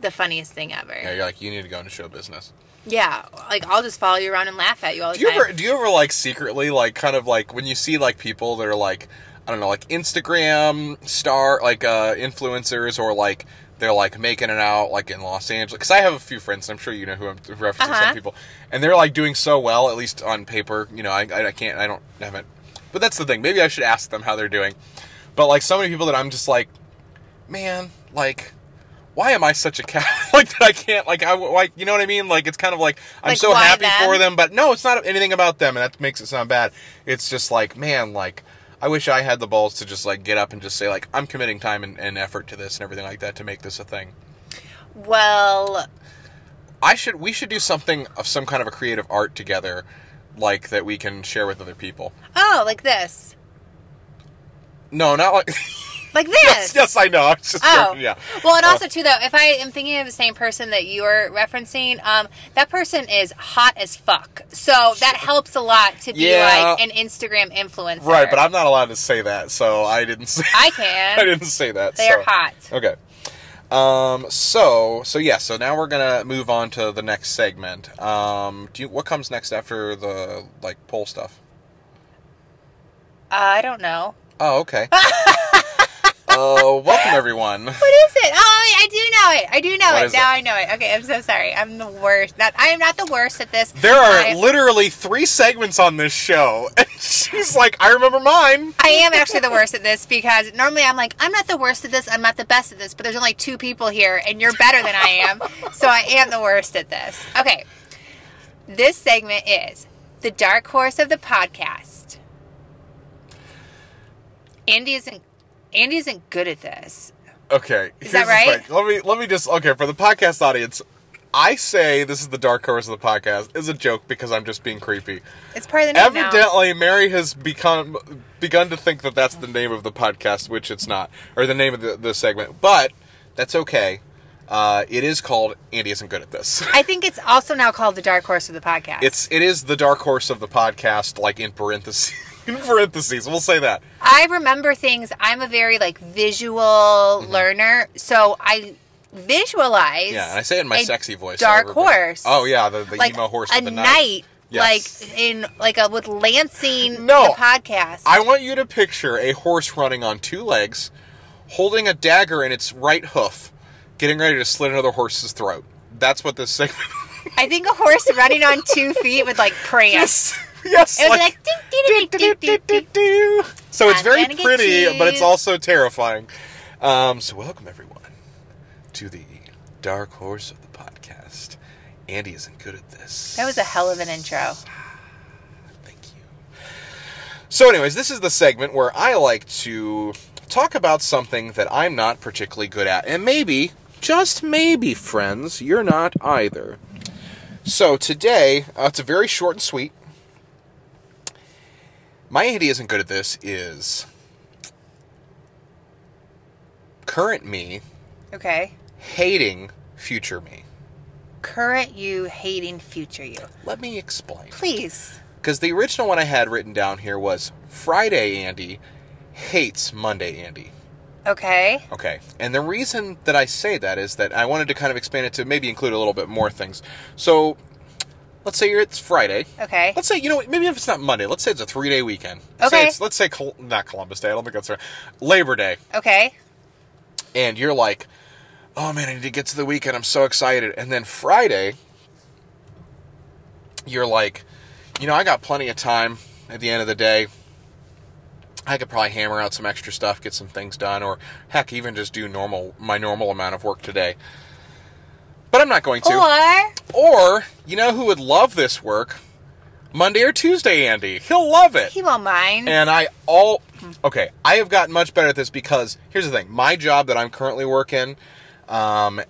the funniest thing ever.
yeah,
Yeah,
you're like you need to go into show business.
like I'll just follow you around and laugh at you all the
Do you
time.
ever do you ever like secretly like kind of like when you see like people that are like I don't know like Instagram star like uh influencers or like they're like making it out like in Los Angeles because I have a few friends and I'm sure you know who I'm referencing some
Uh-huh.
people and they're like doing so well at least on paper you know I I, I can't I don't haven't but that's the thing maybe I should ask them how they're doing but like so many people that I'm just like man like. Why am I such a cat? (laughs) like that I can't like I like you know what I mean? Like it's kind of like I'm
Like,
so
why
happy for
them?
them, but no, it's not anything about them, and that makes it sound bad. It's just like, man, like I wish I had the balls to just like get up and just say like I'm committing time and, and effort to this and everything like that to make this a thing.
well,
I should we should do something of some kind of a creative art together, like that we can share with other people.
oh, like this,
No, not like (laughs)
like this.
yes, yes, I know. I was just
Oh,
joking, yeah.
Well, and
Uh,
also too though, if I am thinking of the same person that you're referencing, um, that person is hot as fuck. So that helps a lot to be
Yeah.
like an Instagram influencer.
Right, but I'm not allowed to say that, so I didn't (laughs) say
I
I
can.
didn't say that.
They are
so.
hot.
Okay. Um. So. So yeah. So now we're gonna move on to the next segment. Um. Do you, what comes next after the like poll stuff?
Uh, I don't know.
Oh, okay.
(laughs)
Oh, welcome everyone.
What is it? Oh, I I do know it. I do know
What is
it. Now
it?
I know it. Okay, I'm so sorry. I'm the worst. Not, I am not the worst at this.
There are
I,
literally three segments on this show, (laughs) and she's like, "I remember mine."
I am actually the worst at this because normally I'm like, I'm not the worst at this. I'm not the best at this. But there's only two people here, and you're better than I am. so I am the worst at this. Okay. This segment is the dark horse of the podcast. Andy isn't. Andy isn't good at this.
Okay. Is
that right?
Let me let me just okay for the podcast audience. I say this is the dark horse of the podcast is a joke because I'm just being creepy.
It's part of the name now.
Evidently, Mary has become begun to think that that's the name of the podcast, which it's not, or the name of the, the segment. But that's okay. Uh, it is called "Andy isn't good at this." (laughs)
I think it's also now called the dark horse of the podcast.
It's it is the dark horse of the podcast, like in parentheses. (laughs) In parentheses, we'll say that.
I remember things. I'm a very like visual learner, so I visualize.
Mm-hmm. Yeah, and I say it in my
a
sexy voice. so
Dark
everybody-
horse.
Oh yeah, the, the
like
emo horse.
a
with the
night,
knife. Yes.
like in like a with Lansing
No,
the podcast.
I want you to picture a horse running on two legs, holding a dagger in its right hoof, getting ready to slit another horse's throat. That's what this segment.
I think a horse running on two feet with like prance.
(laughs) yes,
(laughs) It would
like-
be like. ding, ding, ding, ding, ding.
So it's
I'm
very
gonna get
pretty, but it's
you.
also terrifying. Um, so welcome everyone to the dark horse of the podcast. Andy isn't good at this.
That was a hell of an intro.
Thank you. So, anyways, this is the segment where I like to talk about something that I'm not particularly good at. And maybe, just maybe, friends, you're not either. So, today, uh, it's a very short and sweet. My Andy isn't good at this, is current me
Okay.
hating future me.
Current you hating future you.
Let me explain.
Please.
Because the original one I had written down here was Friday Andy hates Monday Andy.
Okay.
Okay. And the reason that I say that is that I wanted to kind of expand it to maybe include a little bit more things. So let's say it's Friday.
Okay.
Let's say, you know, what, maybe if it's not Monday, let's say it's a three day weekend. Say
Okay.
it's, let's say, Col- not Columbus Day, I don't think that's right. Labor Day.
Okay.
And you're like, oh man, I need to get to the weekend. I'm so excited. And then Friday, you're like, you know, I got plenty of time at the end of the day. I could probably hammer out some extra stuff, get some things done, or heck, even just do normal my normal amount of work today. But I'm not going
Oh,
to.
Or
Or, you know who would love this work? Monday or Tuesday, Andy. He'll love it.
he won't mind.
And I all okay. I have gotten much better at this because here's the thing: my job that I'm currently working, um,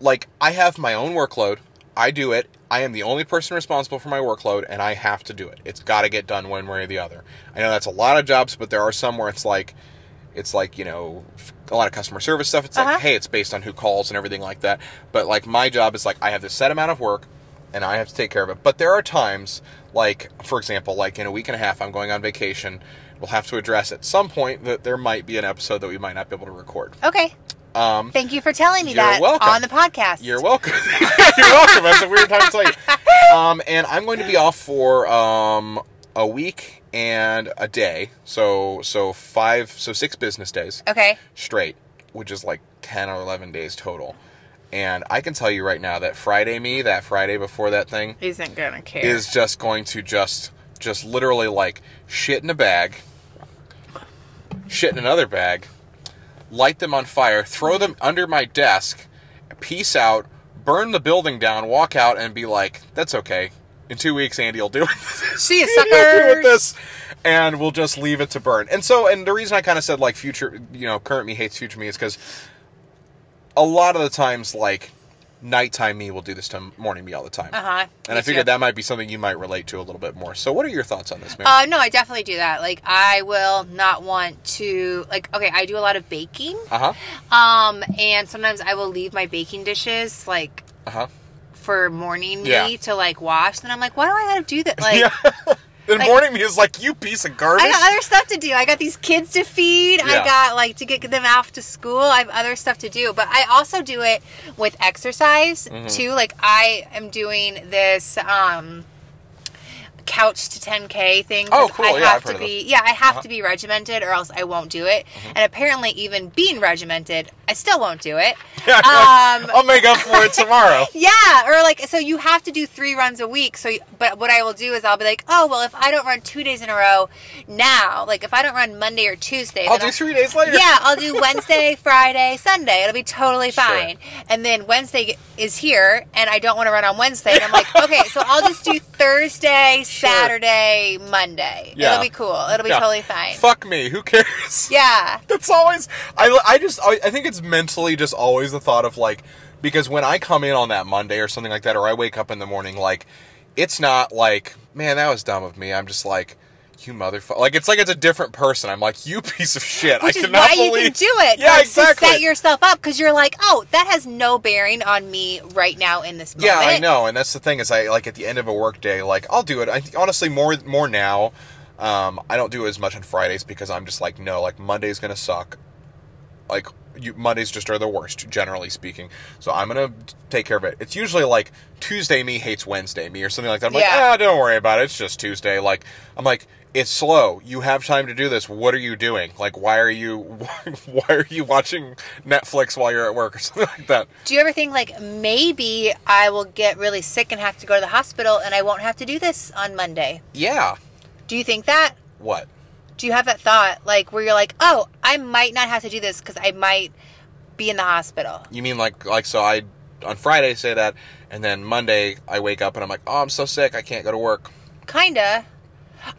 like I have my own workload. I do it. I am the only person responsible for my workload, and I have to do it. It's got to get done one way or the other. I know that's a lot of jobs, but there are some where it's like, it's like you know, a lot of customer service stuff. It's
Uh-huh.
like, hey, it's based on who calls and everything like that. But like my job is like I have this set amount of work, and I have to take care of it. But there are times, like for example, like in a week and a half, I'm going on vacation. We'll have to address at some point that there might be an episode that we might not be able to record.
okay.
Um,
Thank you for telling me
You're
that
welcome.
on the podcast.
you're welcome. (laughs) you're welcome. That's a weird time to tell you. Um, and I'm going to be off for um, a week and a day. So so five so six business days
okay.
straight, which is like 10 or 11 days total. And I can tell you right now that Friday me, that Friday before that thing,
Isn't gonna care.
is just going to just just literally like shit in a bag, shit in another bag, light them on fire, throw them under my desk, peace out, burn the building down, walk out, and be like, "That's okay. In two weeks, Andy will do it." (laughs)
See you,
Andy will do with
sucker.
this, and we'll just leave it to burn. And so, and the reason I kind of said like future, you know, current me hates future me is because a lot of the times, like nighttime me will do this to morning me all the time.
Uh-huh.
And
Me
I figured
too.
that might be something you might relate to a little bit more. So, what are your thoughts on this, man?
Uh, no, I definitely do that. Like, I will not want to. Like, okay, I do a lot of baking.
Uh huh.
Um, and sometimes I will leave my baking dishes like
Uh huh.
for morning me
Yeah.
to like wash. Then I'm like, why do I gotta do
(laughs)
that? Like, (laughs)
Yeah. And
like-
morning me is like you piece of garbage.
I got other stuff to do. I got these kids to feed.
Yeah.
I got like to get them off to school. I have other stuff to do. But I also do it with exercise
Mm-hmm.
too. Like I am doing this um couch to 10k thing. 'cause
Oh, cool.
I
Yeah, I've
have to
heard of Uh-huh. Mm-hmm.
be yeah, I have to be regimented or else I won't do it. And apparently even being regimented, I still won't do it.
Yeah, I'm like,
um,
I'll make up
(laughs)
for it tomorrow.
Yeah, or like so you have to do three runs a week. So, you, but what I will do is I'll be like, oh well, if I don't run two days in a row now, like if I don't run Monday or Tuesday,
I'll
then
do three days later.
(laughs) Yeah, I'll do Wednesday, (laughs) Friday, Sunday. It'll be totally
Sure.
fine. And then Wednesday is here, and I don't want to run on Wednesday. And I'm like, okay, so I'll just
(laughs)
do Thursday, Saturday, Monday.
Yeah.
It'll be cool. It'll be
Yeah.
totally fine.
Fuck me.
(laughs)
Who cares?
Yeah.
(laughs) That's always I I just I, I think it's mentally just always the thought of like because when I come in on that Monday or something like that or I wake up in the morning like it's not like man that was dumb of me I'm just like you motherfucker like it's like it's a different person I'm like you piece of shit
Which
I
is
cannot
why
believe
you can do it.
yeah
like,
exactly
To set yourself up because you're like, oh, that has no bearing on me right now in this moment.
yeah I know and that's the thing is I like at the end of a work day like I'll do it I think honestly more more now um I don't do it as much on Fridays because I'm just like no like Monday's gonna suck like you, Mondays just are the worst, generally speaking. So I'm gonna take care of it. It's usually like Tuesday me hates Wednesday me or something like that. I'm like,
Yeah.
ah, don't worry about it. It's just Tuesday. Like I'm like it's slow. You have time to do this. What are you doing? Like, why are you, (laughs) why are you watching Netflix while you're at work or something like that?
Do you ever think like maybe I will get really sick and have to go to the hospital and I won't have to do this on Monday?
Yeah.
Do you think that?
What?
Do you have that thought like where you're like, "Oh, I might not have to do this cuz I might be in the hospital."
You mean like, like, so I, on Friday say that, and then Monday I wake up and I'm like, oh, I'm so sick. I can't go to work.
Kinda.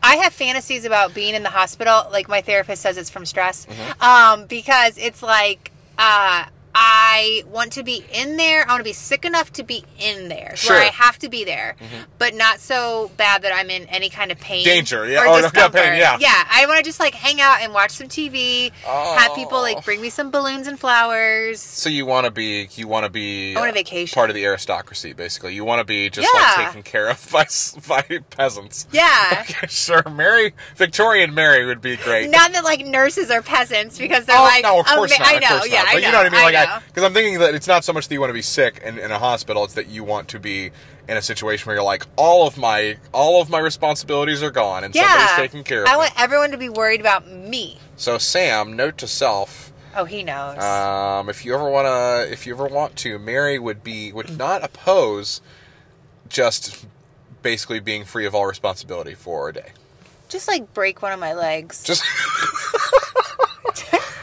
I have fantasies about being in the hospital. Like my therapist says, it's from stress,
Mm-hmm.
um, because it's like uh, I want to be in there. I want to be sick enough to be in there,
Sure. Mm-hmm.
where I have to be there, but not so bad that I'm in any kind of pain,
Danger, yeah.
or
Oh, no, yeah,
discomfort.
pain, yeah.
I want to just like hang out and watch some TV, have people
Oh.
like bring me some balloons and flowers.
So you want to be, you want to be
I want a
uh,
vacation.
part of the aristocracy, basically. You want to be just
Yeah.
like taken care of (laughs) by, s- by peasants. (laughs)
Yeah.
sure, Mary, Victorian Mary would be great.
Not that like nurses are peasants because they're
Oh,
like
no, of course
ama-
not.
I know,
of course
yeah,
not.
I
But
know,
you know what I mean? Like,
know.
because I'm thinking that it's not so much that you want to be sick and in a hospital; it's that you want to be in a situation where you're like, all of my all of my responsibilities are gone, and somebody's taking care of
I
me.
want everyone to be worried about me.
so, Sam, note to self:
Oh, he knows.
um, if you ever want to, if you ever want to, Mary would
(clears throat)
be would not oppose just basically being free of all responsibility for a day.
just like break one of my legs.
Just.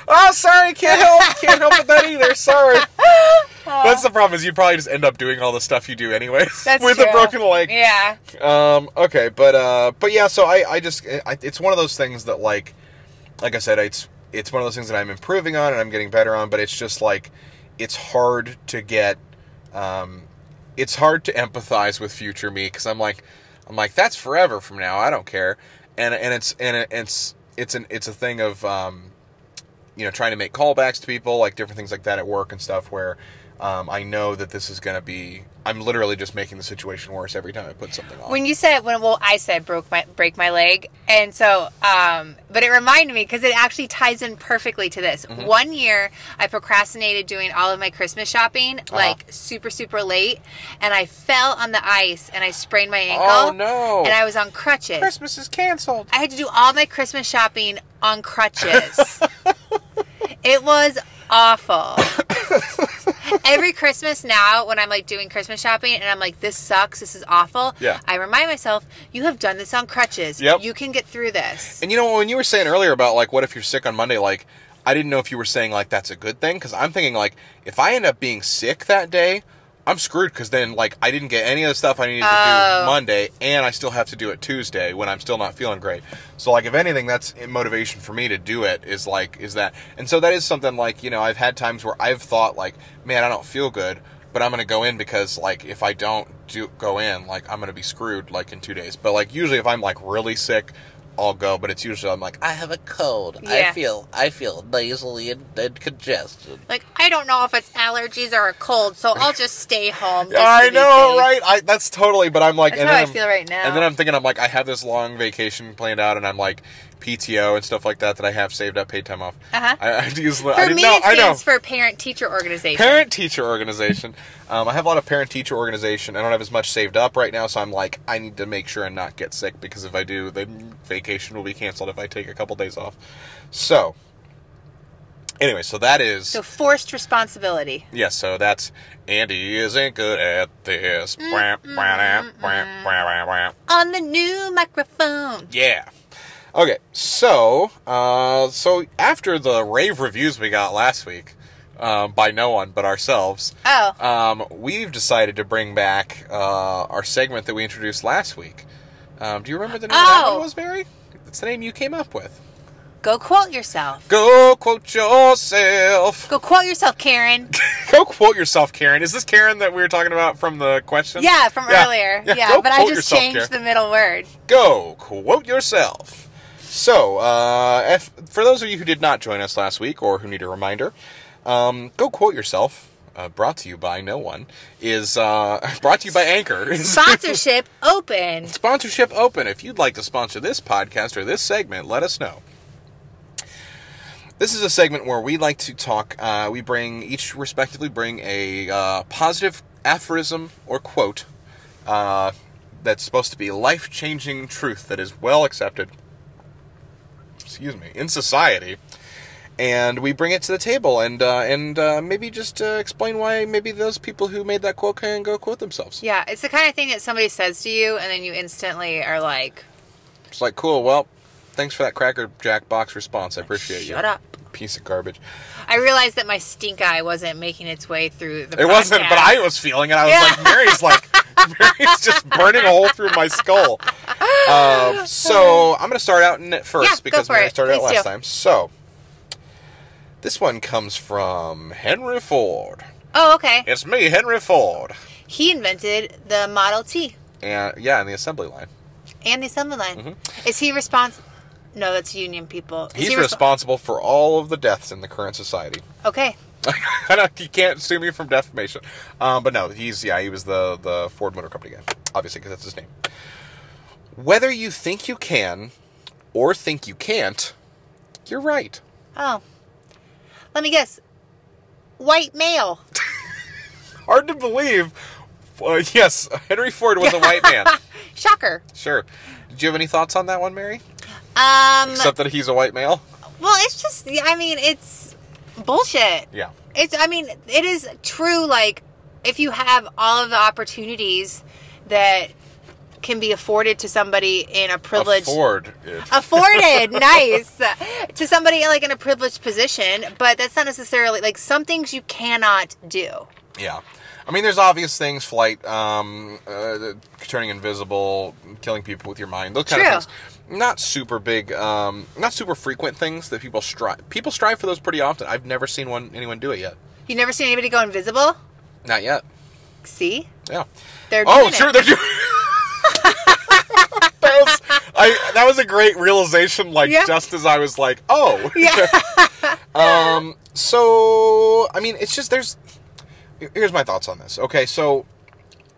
oh, sorry,
(laughs)
can't help, can't help with that either. Sorry. That's the problem is you probably just end up doing all the stuff you do anyways
That's
(laughs) with a
true.
broken leg.
Yeah.
Um. Okay, but uh, but yeah. So I, I just, I, it's one of those things that like, like I said, it's, it's one of those things that I'm improving on and I'm getting better on. But it's just like, it's hard to get, um, it's hard to empathize with future me because I'm like, I'm like that's forever from now. I don't care. And and it's and it- it's it's an it's a thing of um, you know, trying to make callbacks to people, like different things like that at work and stuff, where um, I know that this is going to be. I'm literally just making the situation worse every time I put something on.
When you said when well I said broke my break my leg and so um but it reminded me cuz it actually ties in perfectly to this.
Mm-hmm.
One year I procrastinated doing all of my Christmas shopping
Uh-huh.
like super super late and I fell on the ice and I sprained my ankle.
Oh, no.
And I was on crutches.
Christmas is canceled.
I had to do all my Christmas shopping on
(laughs)
crutches. it was awful. Every Christmas now, when I'm like doing Christmas shopping and I'm like, this sucks, this is awful,
Yeah.
I remind myself, you have done this on crutches.
Yep.
You can get through this.
And you know, when you were saying earlier about like, what if you're sick on Monday? Like, I didn't know if you were saying like that's a good thing because I'm thinking like, if I end up being sick that day, I'm screwed because then like I didn't get any of the stuff I needed to do Monday, and I still have to do it Tuesday when I'm still not feeling great. So like, if anything, that's motivation for me to do it is like is that, and so that is something like you know I've had times where I've thought like, man, I don't feel good. But I'm gonna go in because like if I don't do go in, like I'm gonna be screwed like in two days. But like usually if I'm like really sick, I'll go, but it's usually I'm like, I have a cold.
Yeah.
I feel I feel nasally and, and congested.
Like, I don't know if it's allergies or a cold, so I'll just stay home. this
I know,
weekend.
right? I, that's totally. But I'm like,
That's
and
how I
then I'm-
feel right now.
And then I'm thinking, I'm like, I have this long vacation planned out, and I'm like, PTO and stuff like that that I have saved up, paid time off.
Uh-huh.
I, I have to use.
For
I didn't
me,
know.
it
I know.
stands for parent teacher organization.
Parent teacher organization. Um, I have a lot of parent teacher organization. I don't have as much saved up right now, so I'm like, I need to make sure and not get sick because if I do, the vacation will be canceled if I take a couple days off. So, anyway, so that is
so, forced responsibility.
yeah, so that's Andy isn't good at this.
Mm,
Wah, wah, wah, wah, wah, wah, wah.
On the new microphone.
Yeah. Okay, so uh, so after the rave reviews we got last week, um, by no one but ourselves,
Oh.
um, we've decided to bring back uh, our segment that we introduced last week. Um, do you remember the name of that
Oh.
one was, Mary? It's the name you came up with.
Go quote yourself.
Go quote yourself. (laughs)
Go quote yourself, Karen.
Go quote yourself, Karen. Is this Karen that we were talking about from the question?
Yeah, from
Yeah,
earlier.
yeah,
Yeah,
go
but I
quote
just
yourself,
changed
Karen.
the middle
(laughs)
word.
go quote yourself. So, uh, if, for those of you who did not join us last week or who need a reminder, um, go quote yourself. Uh, brought to you by no one is uh, (laughs) brought to you by Anchor.
Sponsorship open.
Sponsorship open. If you'd like to sponsor this podcast or this segment, let us know. This is a segment where we like to talk. Uh, we bring each respectively bring a uh, positive aphorism or quote uh, that's supposed to be life changing truth that is well accepted excuse me, in society, and we bring it to the table and uh, and uh, maybe just uh, explain why maybe those people who made that quote can go quote themselves.
Yeah, it's the kind of thing that somebody says to you, and then you instantly are like,
It's like cool. Well, thanks for that cracker jack box response. I appreciate you.
"Shut up."
Piece of garbage.
I realized that my stink eye wasn't making its way through the.
It wasn't, but
podcast.
I was feeling it. I was like,
(laughs)
Mary's like, Mary's just burning a hole through my skull. Um, so I'm going to start out in it first
Yeah, go
because
for
Mary
it.
started out
Please
last
do.
time. So this one comes from Henry Ford.
Oh, okay.
It's me, Henry Ford.
He invented the Model T
And yeah, in the assembly line,
and the assembly line. Is he responsible? No, that's union people. Is
Mm-hmm. he's
he respo-
responsible for all of the deaths in the current society.
Okay.
(laughs) I don't, you can't sue me from defamation. Um, but no, he's yeah, he was the the Ford Motor Company guy, obviously because that's his name. Whether you think you can or think you can't, you're right.
Oh, let me guess. White
(laughs)
male.
Hard to believe. Uh, (laughs) yes, Henry Ford was a white man.
Shocker.
Sure. Did you have any thoughts on that one, Mary?
Um.
Except that he's a white male.
Well, it's just. yeah, I mean, it's bullshit.
Yeah.
It's. I mean, it is true. Like, if you have all of the opportunities that can be afforded to somebody in a privileged
(laughs) Ford. It.
afforded nice to somebody like in a privileged position but that's not necessarily like some things you cannot do
Yeah. I mean, there's obvious things, flight, um, uh, turning invisible, killing people with your mind, those kind
True.
of things. Not super big, um, not super frequent things that people strive. People strive for those pretty often. I've never seen one anyone do it yet.
you never seen anybody go invisible
Not yet.
see
Yeah.
they're
Oh,
doing it.
sure. (laughs) They're doing. that was I. That was a great realization. Like
Yeah.
just as I was like, oh,
Yeah.
(laughs) um. So I mean, it's just there's. Here's my thoughts on this. Okay, so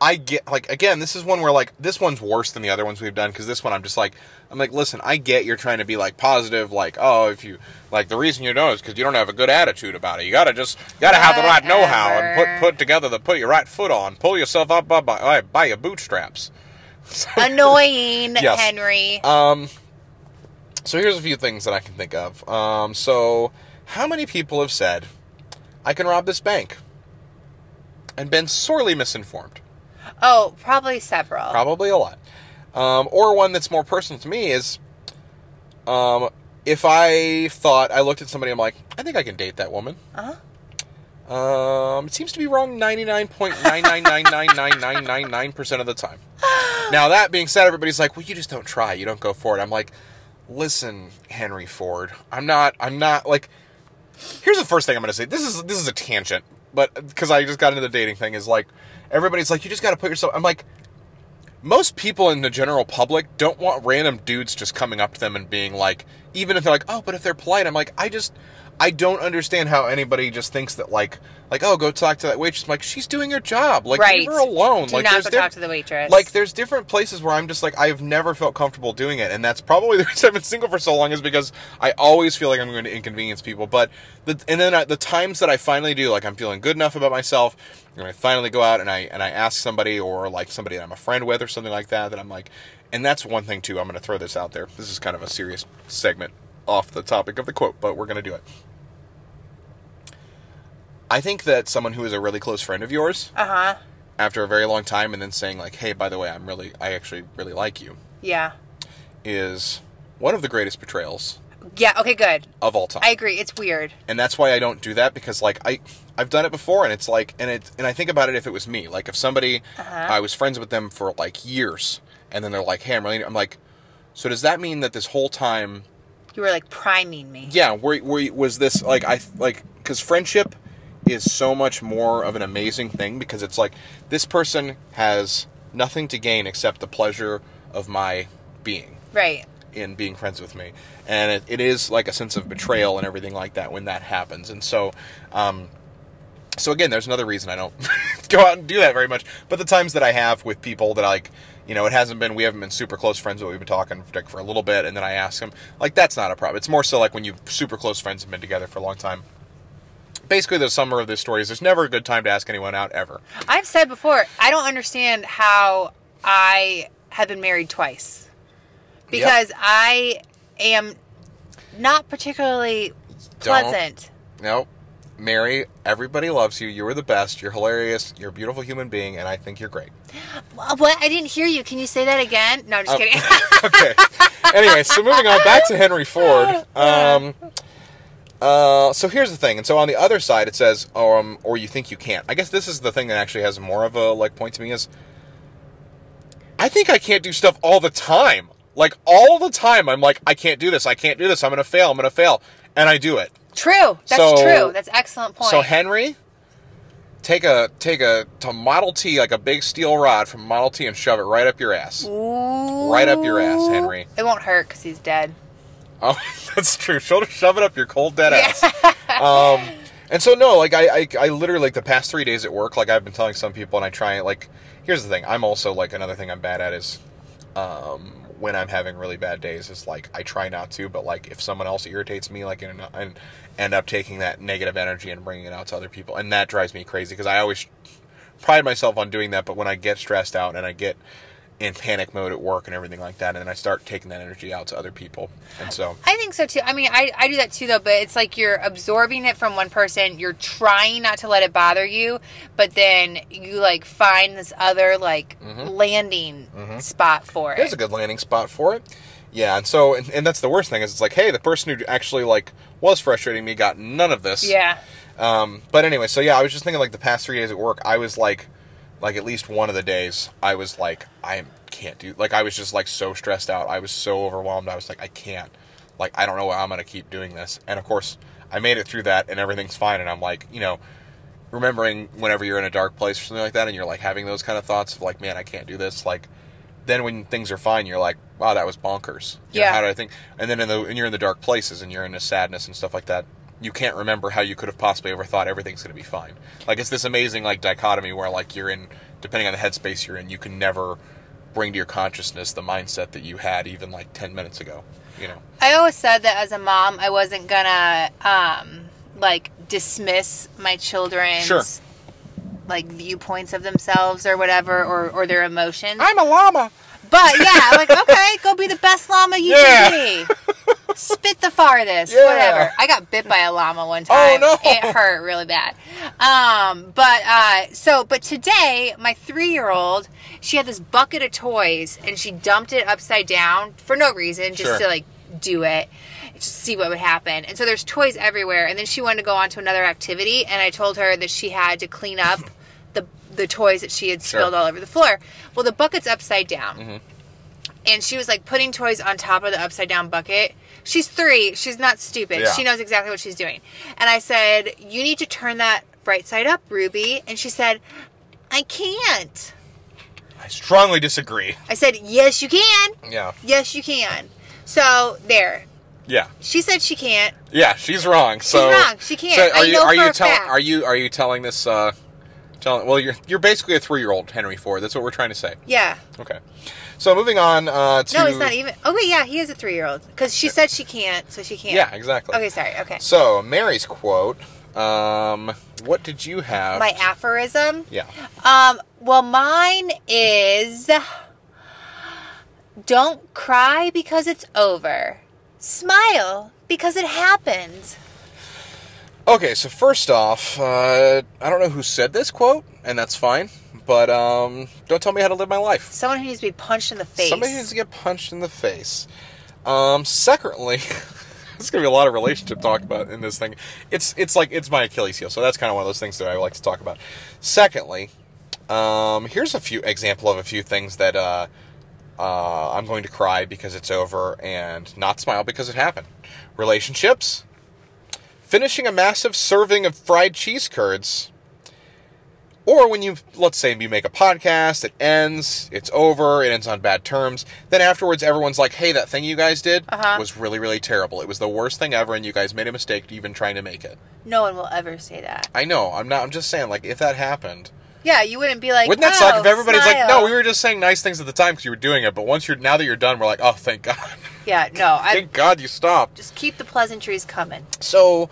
I get like again, this is one where like this one's worse than the other ones we've done because this one I'm just like I'm like listen, I get you're trying to be like positive, like oh if you like the reason you don't is because you don't have a good attitude about it. You gotta just gotta have the right know how and
Whatever.
put put together the put your right foot on, pull yourself up by by, by your bootstraps.
annoying
Yes.
henry
Um, so here's a few things that I can think of. Um, so how many people have said, "I can rob this bank," and been sorely misinformed?
oh probably several
Probably a lot. Um, or one that's more personal to me is, um, if I thought I looked at somebody, I'm like, I think I can date that woman. Uh huh. Um, it seems to be wrong 99.9999999% of the time. Now that being said, everybody's like, "Well, you just don't try. You don't go for it." I'm like, "Listen, Henry Ford, I'm not. I'm not like." Here's the first thing I'm going to say. This is this is a tangent, but because I just got into the dating thing, is like everybody's like, "You just got to put yourself." I'm like, most people in the general public don't want random dudes just coming up to them and being like, even if they're like, oh, but if they're polite, I'm like, I just, I don't understand how anybody just thinks that like, like, oh, go talk to that waitress. I'm like, she's doing her job. Like,
Right.
leave her alone.
Do
like,
not
there's
go talk
diff-
to the waitress.
Like, there's different places where I'm just like, I've never felt comfortable doing it, and that's probably (laughs) the reason I've been single for so long is because I always feel like I'm going to inconvenience people. But the and then I, the times that I finally do, like I'm feeling good enough about myself, and I finally go out and I and I ask somebody or like somebody that I'm a friend with or something like that, that I'm like, and that's one thing too. I'm going to throw this out there. This is kind of a serious segment off the topic of the quote, but we're going to do it. I think that someone who is a really close friend of yours
uh-huh
after a very long time and then saying like hey by the way i'm really i actually really like you
yeah
is one of the greatest betrayals
yeah okay good
of all time
i agree it's weird
and that's why i don't do that because like i i've done it before and it's like and it and i think about it if it was me like if somebody i was friends with them for like years and then they're like hey i'm really i'm like so does that mean that this whole time
you were like priming me
yeah were, were, was this like i like because friendship is so much more of an amazing thing because it's like this person has nothing to gain except the pleasure of my being
right
in being friends with me and it, it is like a sense of betrayal and everything like that when that happens and so um so again there's another reason i don't (laughs) go out and do that very much but the times that i have with people that like you know it hasn't been we haven't been super close friends but we've been talking for, for a little bit and then i ask them like that's not a problem it's more so like when you super close friends have been together for a long time basically the summer of this story is there's never a good time to ask anyone out ever
i've said before i don't understand how i have been married twice because i am not particularly pleasant.
Nope. Mary, everybody loves you. You are the best. You're hilarious. You're a beautiful human being, and I think you're great.
Wha- What? I didn't hear you. Can you say that again? No, I'm just
Oh.
kidding. (laughs)
okay. Anyway, so moving on back to Henry Ford.
(laughs)
Um, uh, so here's the thing, and so on the other side it says, um, or you think you can't. I guess this is the thing that actually has more of a like point to me is, I think I can't do stuff all the time. Like all the time, I'm like, I can't do this. I can't do this. I'm gonna fail. I'm gonna fail, and I do it.
true. That's
So-
true. That's excellent point.
So Henry, take a take a to Model T like a big steel rod from Model T and shove it right up your ass.
Ooh.
right up your ass, Henry.
It won't hurt because he's dead.
(laughs) Oh, that's true. Shoulder shove it up your cold dead ass. um, and so no, like I, I, I literally like the past three days at work, like I've been telling some people, and I try like. Here's the thing. I'm also like another thing I'm bad at is, um, when I'm having really bad days is like I try not to, but like if someone else irritates me, like and and end up taking that negative energy and bringing it out to other people, and that drives me crazy because I always pride myself on doing that, but when I get stressed out and I get in panic mode at work and everything like that, and then I start taking that energy out to other people, and so
I think so too. I mean, I, I do that too, though, but it's like you're absorbing it from one person. You're trying not to let it bother you, but then you like find this other like landing spot for it.
Mm-hmm. There's a good landing spot for it. Yeah, and so and, and that's the worst thing is it's like, hey, the person who actually like was frustrating me got none of this.
yeah.
Um, but anyway, so yeah, I was just thinking like the past three days at work, I was like, like at least one of the days, I was like, I can't do like I was just like so stressed out, I was so overwhelmed, I was like, I can't, like I don't know how I'm gonna keep doing this, and of course I made it through that and everything's fine, and I'm like, you know. Remembering whenever you're in a dark place or something like that, and you're like having those kind of thoughts of like, man, I can't do this. Like, then when things are fine, you're like, wow, that was bonkers. You know,
Yeah.
how did I think? And then in the and you're in the dark places and you're in the sadness and stuff like that. You can't remember how you could have possibly ever thought everything's going to be fine. Like it's this amazing like dichotomy where like you're in depending on the headspace you're in, you can never bring to your consciousness the mindset that you had even like 10 minutes ago, you know.
I always said that as a mom, I wasn't gonna um, like dismiss my children's
Sure.
like viewpoints of themselves or whatever or, or their emotions.
I'm a llama.
But yeah, like okay, go be the best llama you can be. Spit the farthest,
Yeah. Oh,
whatever. I got bit by a llama one time.
no.
It hurt really bad. Um, but uh, so, but today, my three-year-old, she had this bucket of toys, and she dumped it upside down for no reason, just
Sure.
to like do it, just see what would happen. And so there's toys everywhere. And then she wanted to go on to another activity, and I told her that she had to clean up the the toys that she had
Sure.
spilled all over the floor. Well, the bucket's upside down and she was like putting toys on top of the upside down bucket. She's three. She's not stupid.
Yeah.
She knows exactly what she's doing. And I said, You need to turn that right side up, Ruby. And she said, I can't.
I strongly disagree. (laughs)
I said, Yes, you can.
Yeah.
Yes, you can. So there.
Yeah.
She said she can't.
Yeah, she's wrong. So
wrong. She can't.
So are
I
you
know
are
for
you
a
telling
fact.
are you are you telling this uh telling well you're you're basically a 3-year-old Henry Ford. That's what we're trying to say.
Yeah.
Okay. So moving on uh, to
No, it's not even. Oh, wait, yeah, he is a three year old. Because she said she can't, so she can't.
Yeah, exactly.
Okay, sorry. Okay.
So Mary's quote. Um, what did you have?
My aphorism.
yeah.
Um, well, mine is don't cry because it's over. Smile because it happened.
Okay. So first off, uh, I don't know who said this quote, and that's fine. But um, don't tell me how to live my life.
Someone who needs to be punched in the face.
Somebody needs to get punched in the face. Um, secondly, (laughs) there's gonna be a lot of relationship talk about in this thing. It's it's like it's my Achilles heel, so that's kind of one of those things that I like to talk about. Secondly, um, here's a few example of a few things that uh, uh, I'm going to cry because it's over and not smile because it happened. Relationships, finishing a massive serving of fried cheese curds or when you let's say you make a podcast it ends it's over it ends on bad terms then afterwards everyone's like hey that thing you guys did
Uh-huh.
was really really terrible it was the worst thing ever and you guys made a mistake even trying to make it
no one will ever say that.
i know i'm not i'm just saying like if that happened
Yeah, you wouldn't be like,
wouldn't that suck
"Oh,
if everybody's like
smile."
no we were just saying nice things at the time because you were doing it but once you're now that you're done we're like oh thank god (laughs)
Yeah, no. I
thank god you stopped
just keep the pleasantries coming.
So,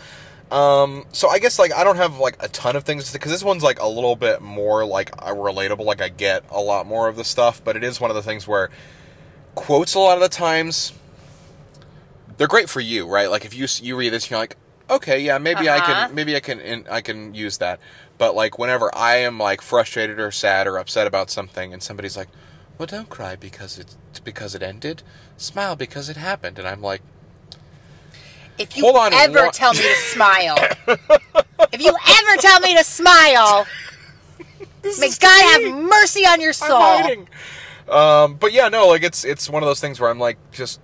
um, so I guess like I don't have like a ton of things because this one's like a little bit more like uh, relatable. Like I get a lot more of the stuff, but it is one of the things where quotes a lot of the times they're great for you, right? Like if you s- you read this, you're like, okay, yeah, maybe I
Uh-huh.
can maybe I can and I can use that. But like whenever I am like frustrated or sad or upset about something, and somebody's like, well, don't cry because it's because it ended. Smile because it happened, and I'm like,
If you
Hold on
ever
one-
tell me to
(laughs)
smile, if you ever tell me to
(laughs)
smile, may God have mercy on your soul.
hiding. Um, but yeah, no, like it's it's one of those things where I'm like, just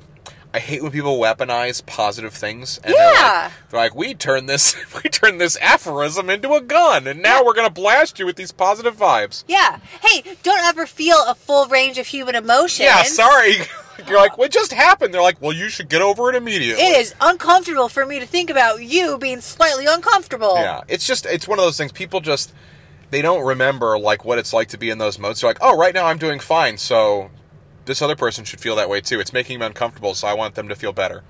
I hate when people weaponize positive things. And they're like-
Yeah.
they're like, we turn this (laughs) we turn this aphorism into a gun, and now we're gonna blast you with these positive vibes.
Yeah. Hey, don't ever feel a full range of human emotions.
Yeah, sorry. (laughs) You're like, what just happened? They're like, well, you should get over it immediately.
It is uncomfortable for me to think about you being slightly uncomfortable.
Yeah, it's just it's one of those things. People just they don't remember like what it's like to be in those modes. They're like, oh, right now I'm doing fine, so this other person should feel that way too. It's making them uncomfortable, so I want them to feel better.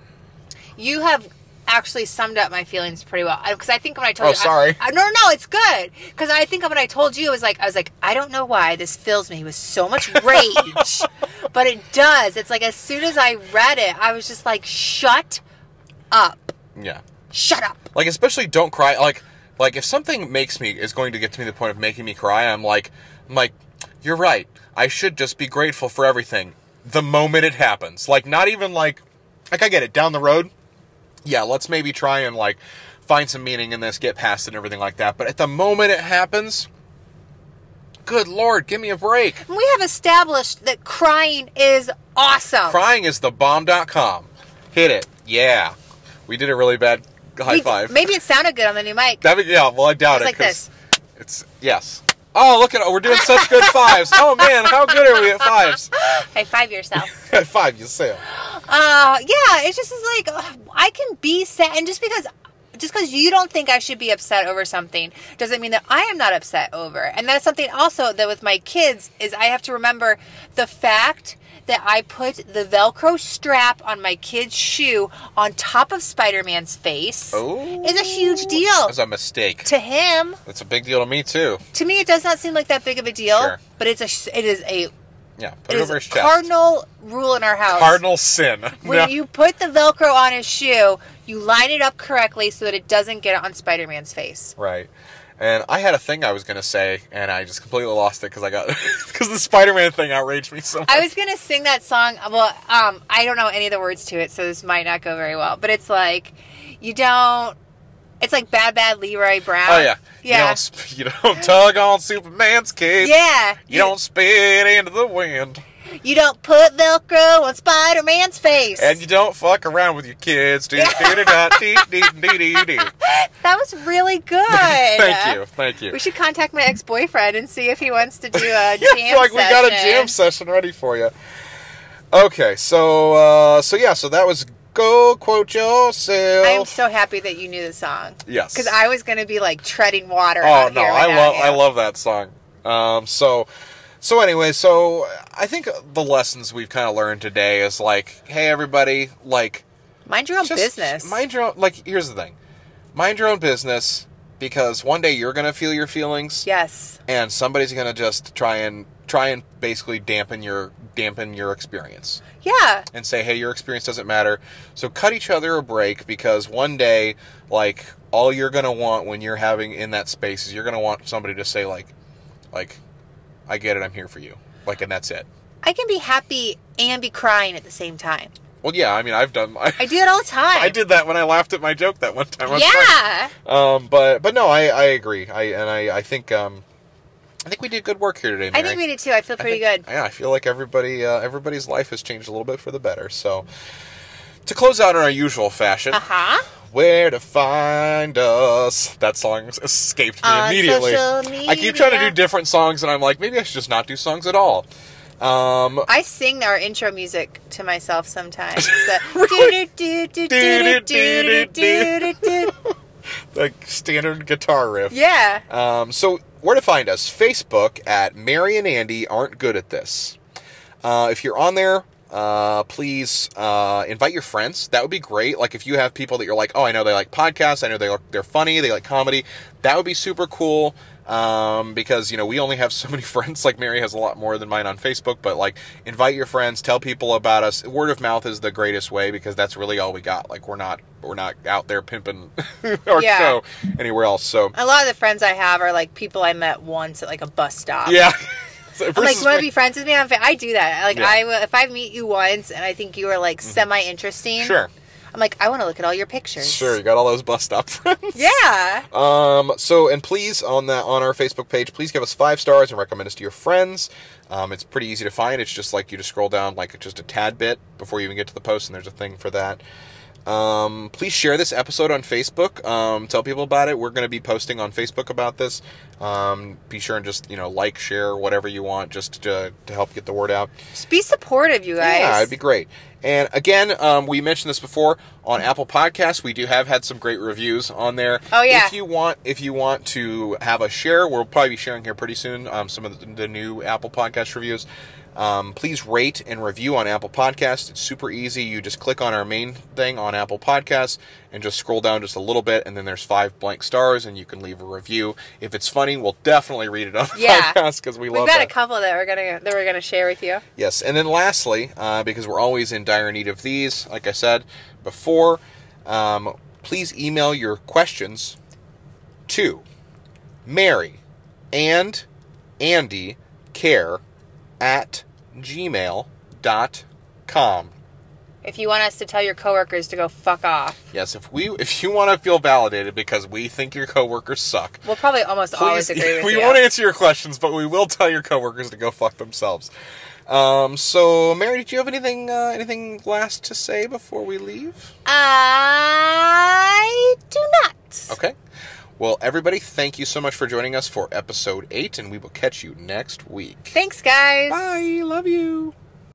You have actually summed up my feelings pretty well because I, think when I told
Oh,
you, I-
sorry.
I, no, no, no, it's good because I think when I told you, it was like I was like I don't know why this fills me with so
(laughs)
much rage, but it does. It's like as soon as I read it, I was just like, shut up,
Yeah.
shut up.
like especially don't cry like like if something makes me is going to get to me to the point of making me cry i'm like i'm like you're right i should just be grateful for everything the moment it happens like not even like like i get it down the road yeah let's maybe try and like find some meaning in this get past it and everything like that but at the moment it happens good lord give me a break
We have established that crying is awesome.
crying is the bomb.com hit it yeah we did a really bad high
We-
five
Maybe it sounded good on the new mic.
That would, yeah, well, I doubt
It's like
it. 'cause It's yes. Oh, look at we're doing such good fives. Oh man, how good are we at fives? (laughs)
High five yourself.
At five, you say.
uh, yeah, it just is like ugh, I can be sad, and just because. Just because you don't think I should be upset over something doesn't mean that I am not upset over. it. And that's something also that with my kids is I have to remember the fact that I put the Velcro strap on my kid's shoe on top of Spider-Man's face
Oh.
is a huge deal
That's a mistake.
to him.
That's a big deal to me too.
To me, it does not seem like that big of a deal,
Sure.
but it's a it is a
Yeah, put
it is
it
a
over his chest.
cardinal rule in our house.
Cardinal sin.
When
(laughs) No.
you put the Velcro on his shoe, you line it up correctly so that it doesn't get on Spider Man's face.
Right. And I had a thing I was gonna say, and I just completely lost it because I got (laughs) because the Spider-Man thing outraged me so much.
I was gonna sing that song. Well, um, I don't know any of the words to it, so this might not go very well. But it's like, you don't. It's like Bad Bad Leroy Brown.
oh yeah, You
yeah,
don't, sp- (laughs) you don't tug on Superman's cape.
yeah.
You don't spit into the wind,
You don't put Velcro on Spider Man's face.
and you don't fuck around with your kids. Do do do da, dee,
(laughs)
dee, dee, dee, dee.
that was
(laughs)
really good.
Thank you, thank you.
uh, We should contact my ex boyfriend and see if he wants to do a
(laughs) Yeah,
jam
it's like we got a
session.
jam session ready for you. Okay, so uh, so yeah, so that was go quote yourself.
I am so happy that you knew the song.
Yes.
Because I was going to be like treading water.
oh
out
no,
here
I
without
love
you.
I love that song. Um, so so anyway, so I think the lessons we've kind of learned today is like, hey everybody, like
Mind your own
just
business.
Mind your own. Like here's the thing, mind your own business because one day you're gonna feel your feelings.
yes.
and somebody's gonna just try and try and basically dampen your dampen your experience
Yeah.
and say hey your experience doesn't matter so cut each other a break because one day like all you're gonna want when you're having in that space is you're gonna want somebody to say like like i get it i'm here for you like and that's it
I can be happy and be crying at the same time.
well yeah i mean i've done (laughs) i,
I do it all the time.
I did that when i laughed at my joke that one time on Friday.
Yeah.
um but but no i i agree i and i i think um i think we did good work here today Mary.
I think we did too. I feel pretty
I think-
good.
Yeah, I feel like everybody uh, everybody's life has changed a little bit for the better. So to close out in our usual fashion,
Uh huh.
where to find us? That song escaped me
On
immediately.
social
I keep trying to do
media.
different songs, and I'm like, maybe I should just not do songs at all. Um,
I sing our intro music to myself
(laughs)
sometimes. The do do do do do do do do do do.
like standard guitar riff.
Yeah.
(laughs) Um, so where to find us? Facebook at Mary and Andy aren't good at this. Uh, if you're on there, uh, please uh, invite your friends. That would be great. Like if you have people that you're like, oh, I know they like podcasts. I know they like, they're funny. They like comedy. That would be super cool. um, because you know we only have (laughs) so many friends. Like Mary has a lot more than mine on Facebook, but like invite your friends, tell people about us. Word of mouth is the greatest way because that's really all we got. Like we're not we're not out there pimping (laughs) our
Yeah.
show anywhere else. So
A lot of the friends I have are like people I met once at like a bus stop.
yeah, (laughs)
I'm like,
Versus
you want
when-
to be friends with me? I'm, fa- I do that. Like,
Yeah. Mm-hmm.
I will- if I meet you once and I think you are like semi interesting,
sure,
I'm like, I want to look at all your pictures.
sure. You got all those bus stop friends.
Yeah.
(laughs) Um, so and please on that on our Facebook page, please give us five stars and recommend us to your friends. Um, it's pretty easy to find. It's just like you just scroll down like just a tad bit before you even get to the post, and there's a thing for that. Um, please share this episode on Facebook. Um, tell people about it. We're going to be posting on Facebook about this. Um, be sure and just you know like, share, whatever you want, just to, to help get the word out.
Just be supportive, you guys.
Yeah, it'd be great. And again, um, we mentioned this before on Apple Podcasts. We do have had some great reviews on there.
Oh, yeah.
If you want, if you want to have a share, we'll probably be sharing here pretty soon. Um, some of the, the new Apple Podcast reviews. Um, please rate and review on Apple Podcasts. It's super easy. You just click on our main thing on Apple Podcasts and just scroll down just a little bit, and then there's five blank stars, and you can leave a review. If it's funny, we'll definitely read it on the
Yeah.
(laughs) podcast because we
We've
love
got
that.
a couple that we're gonna that we're gonna share with you.
Yes, and then lastly, uh, because we're always in dire need of these, like I said before, um, please email your questions to Mary and Andy Care at gmail.com.
If you want us to tell your coworkers to go fuck off,
Yes, if we if you want to feel validated because we think your coworkers suck,
we'll probably almost always
Please- (laughs)
agree with
we
you.
won't answer your questions, but we will tell your coworkers to go fuck themselves. Um, so, Mary, did you have anything uh, anything last to say before we leave?
I do not.
Okay. Well, everybody, thank you so much for joining us for episode eight, and we will catch you next week.
Thanks, guys.
Bye. Love you.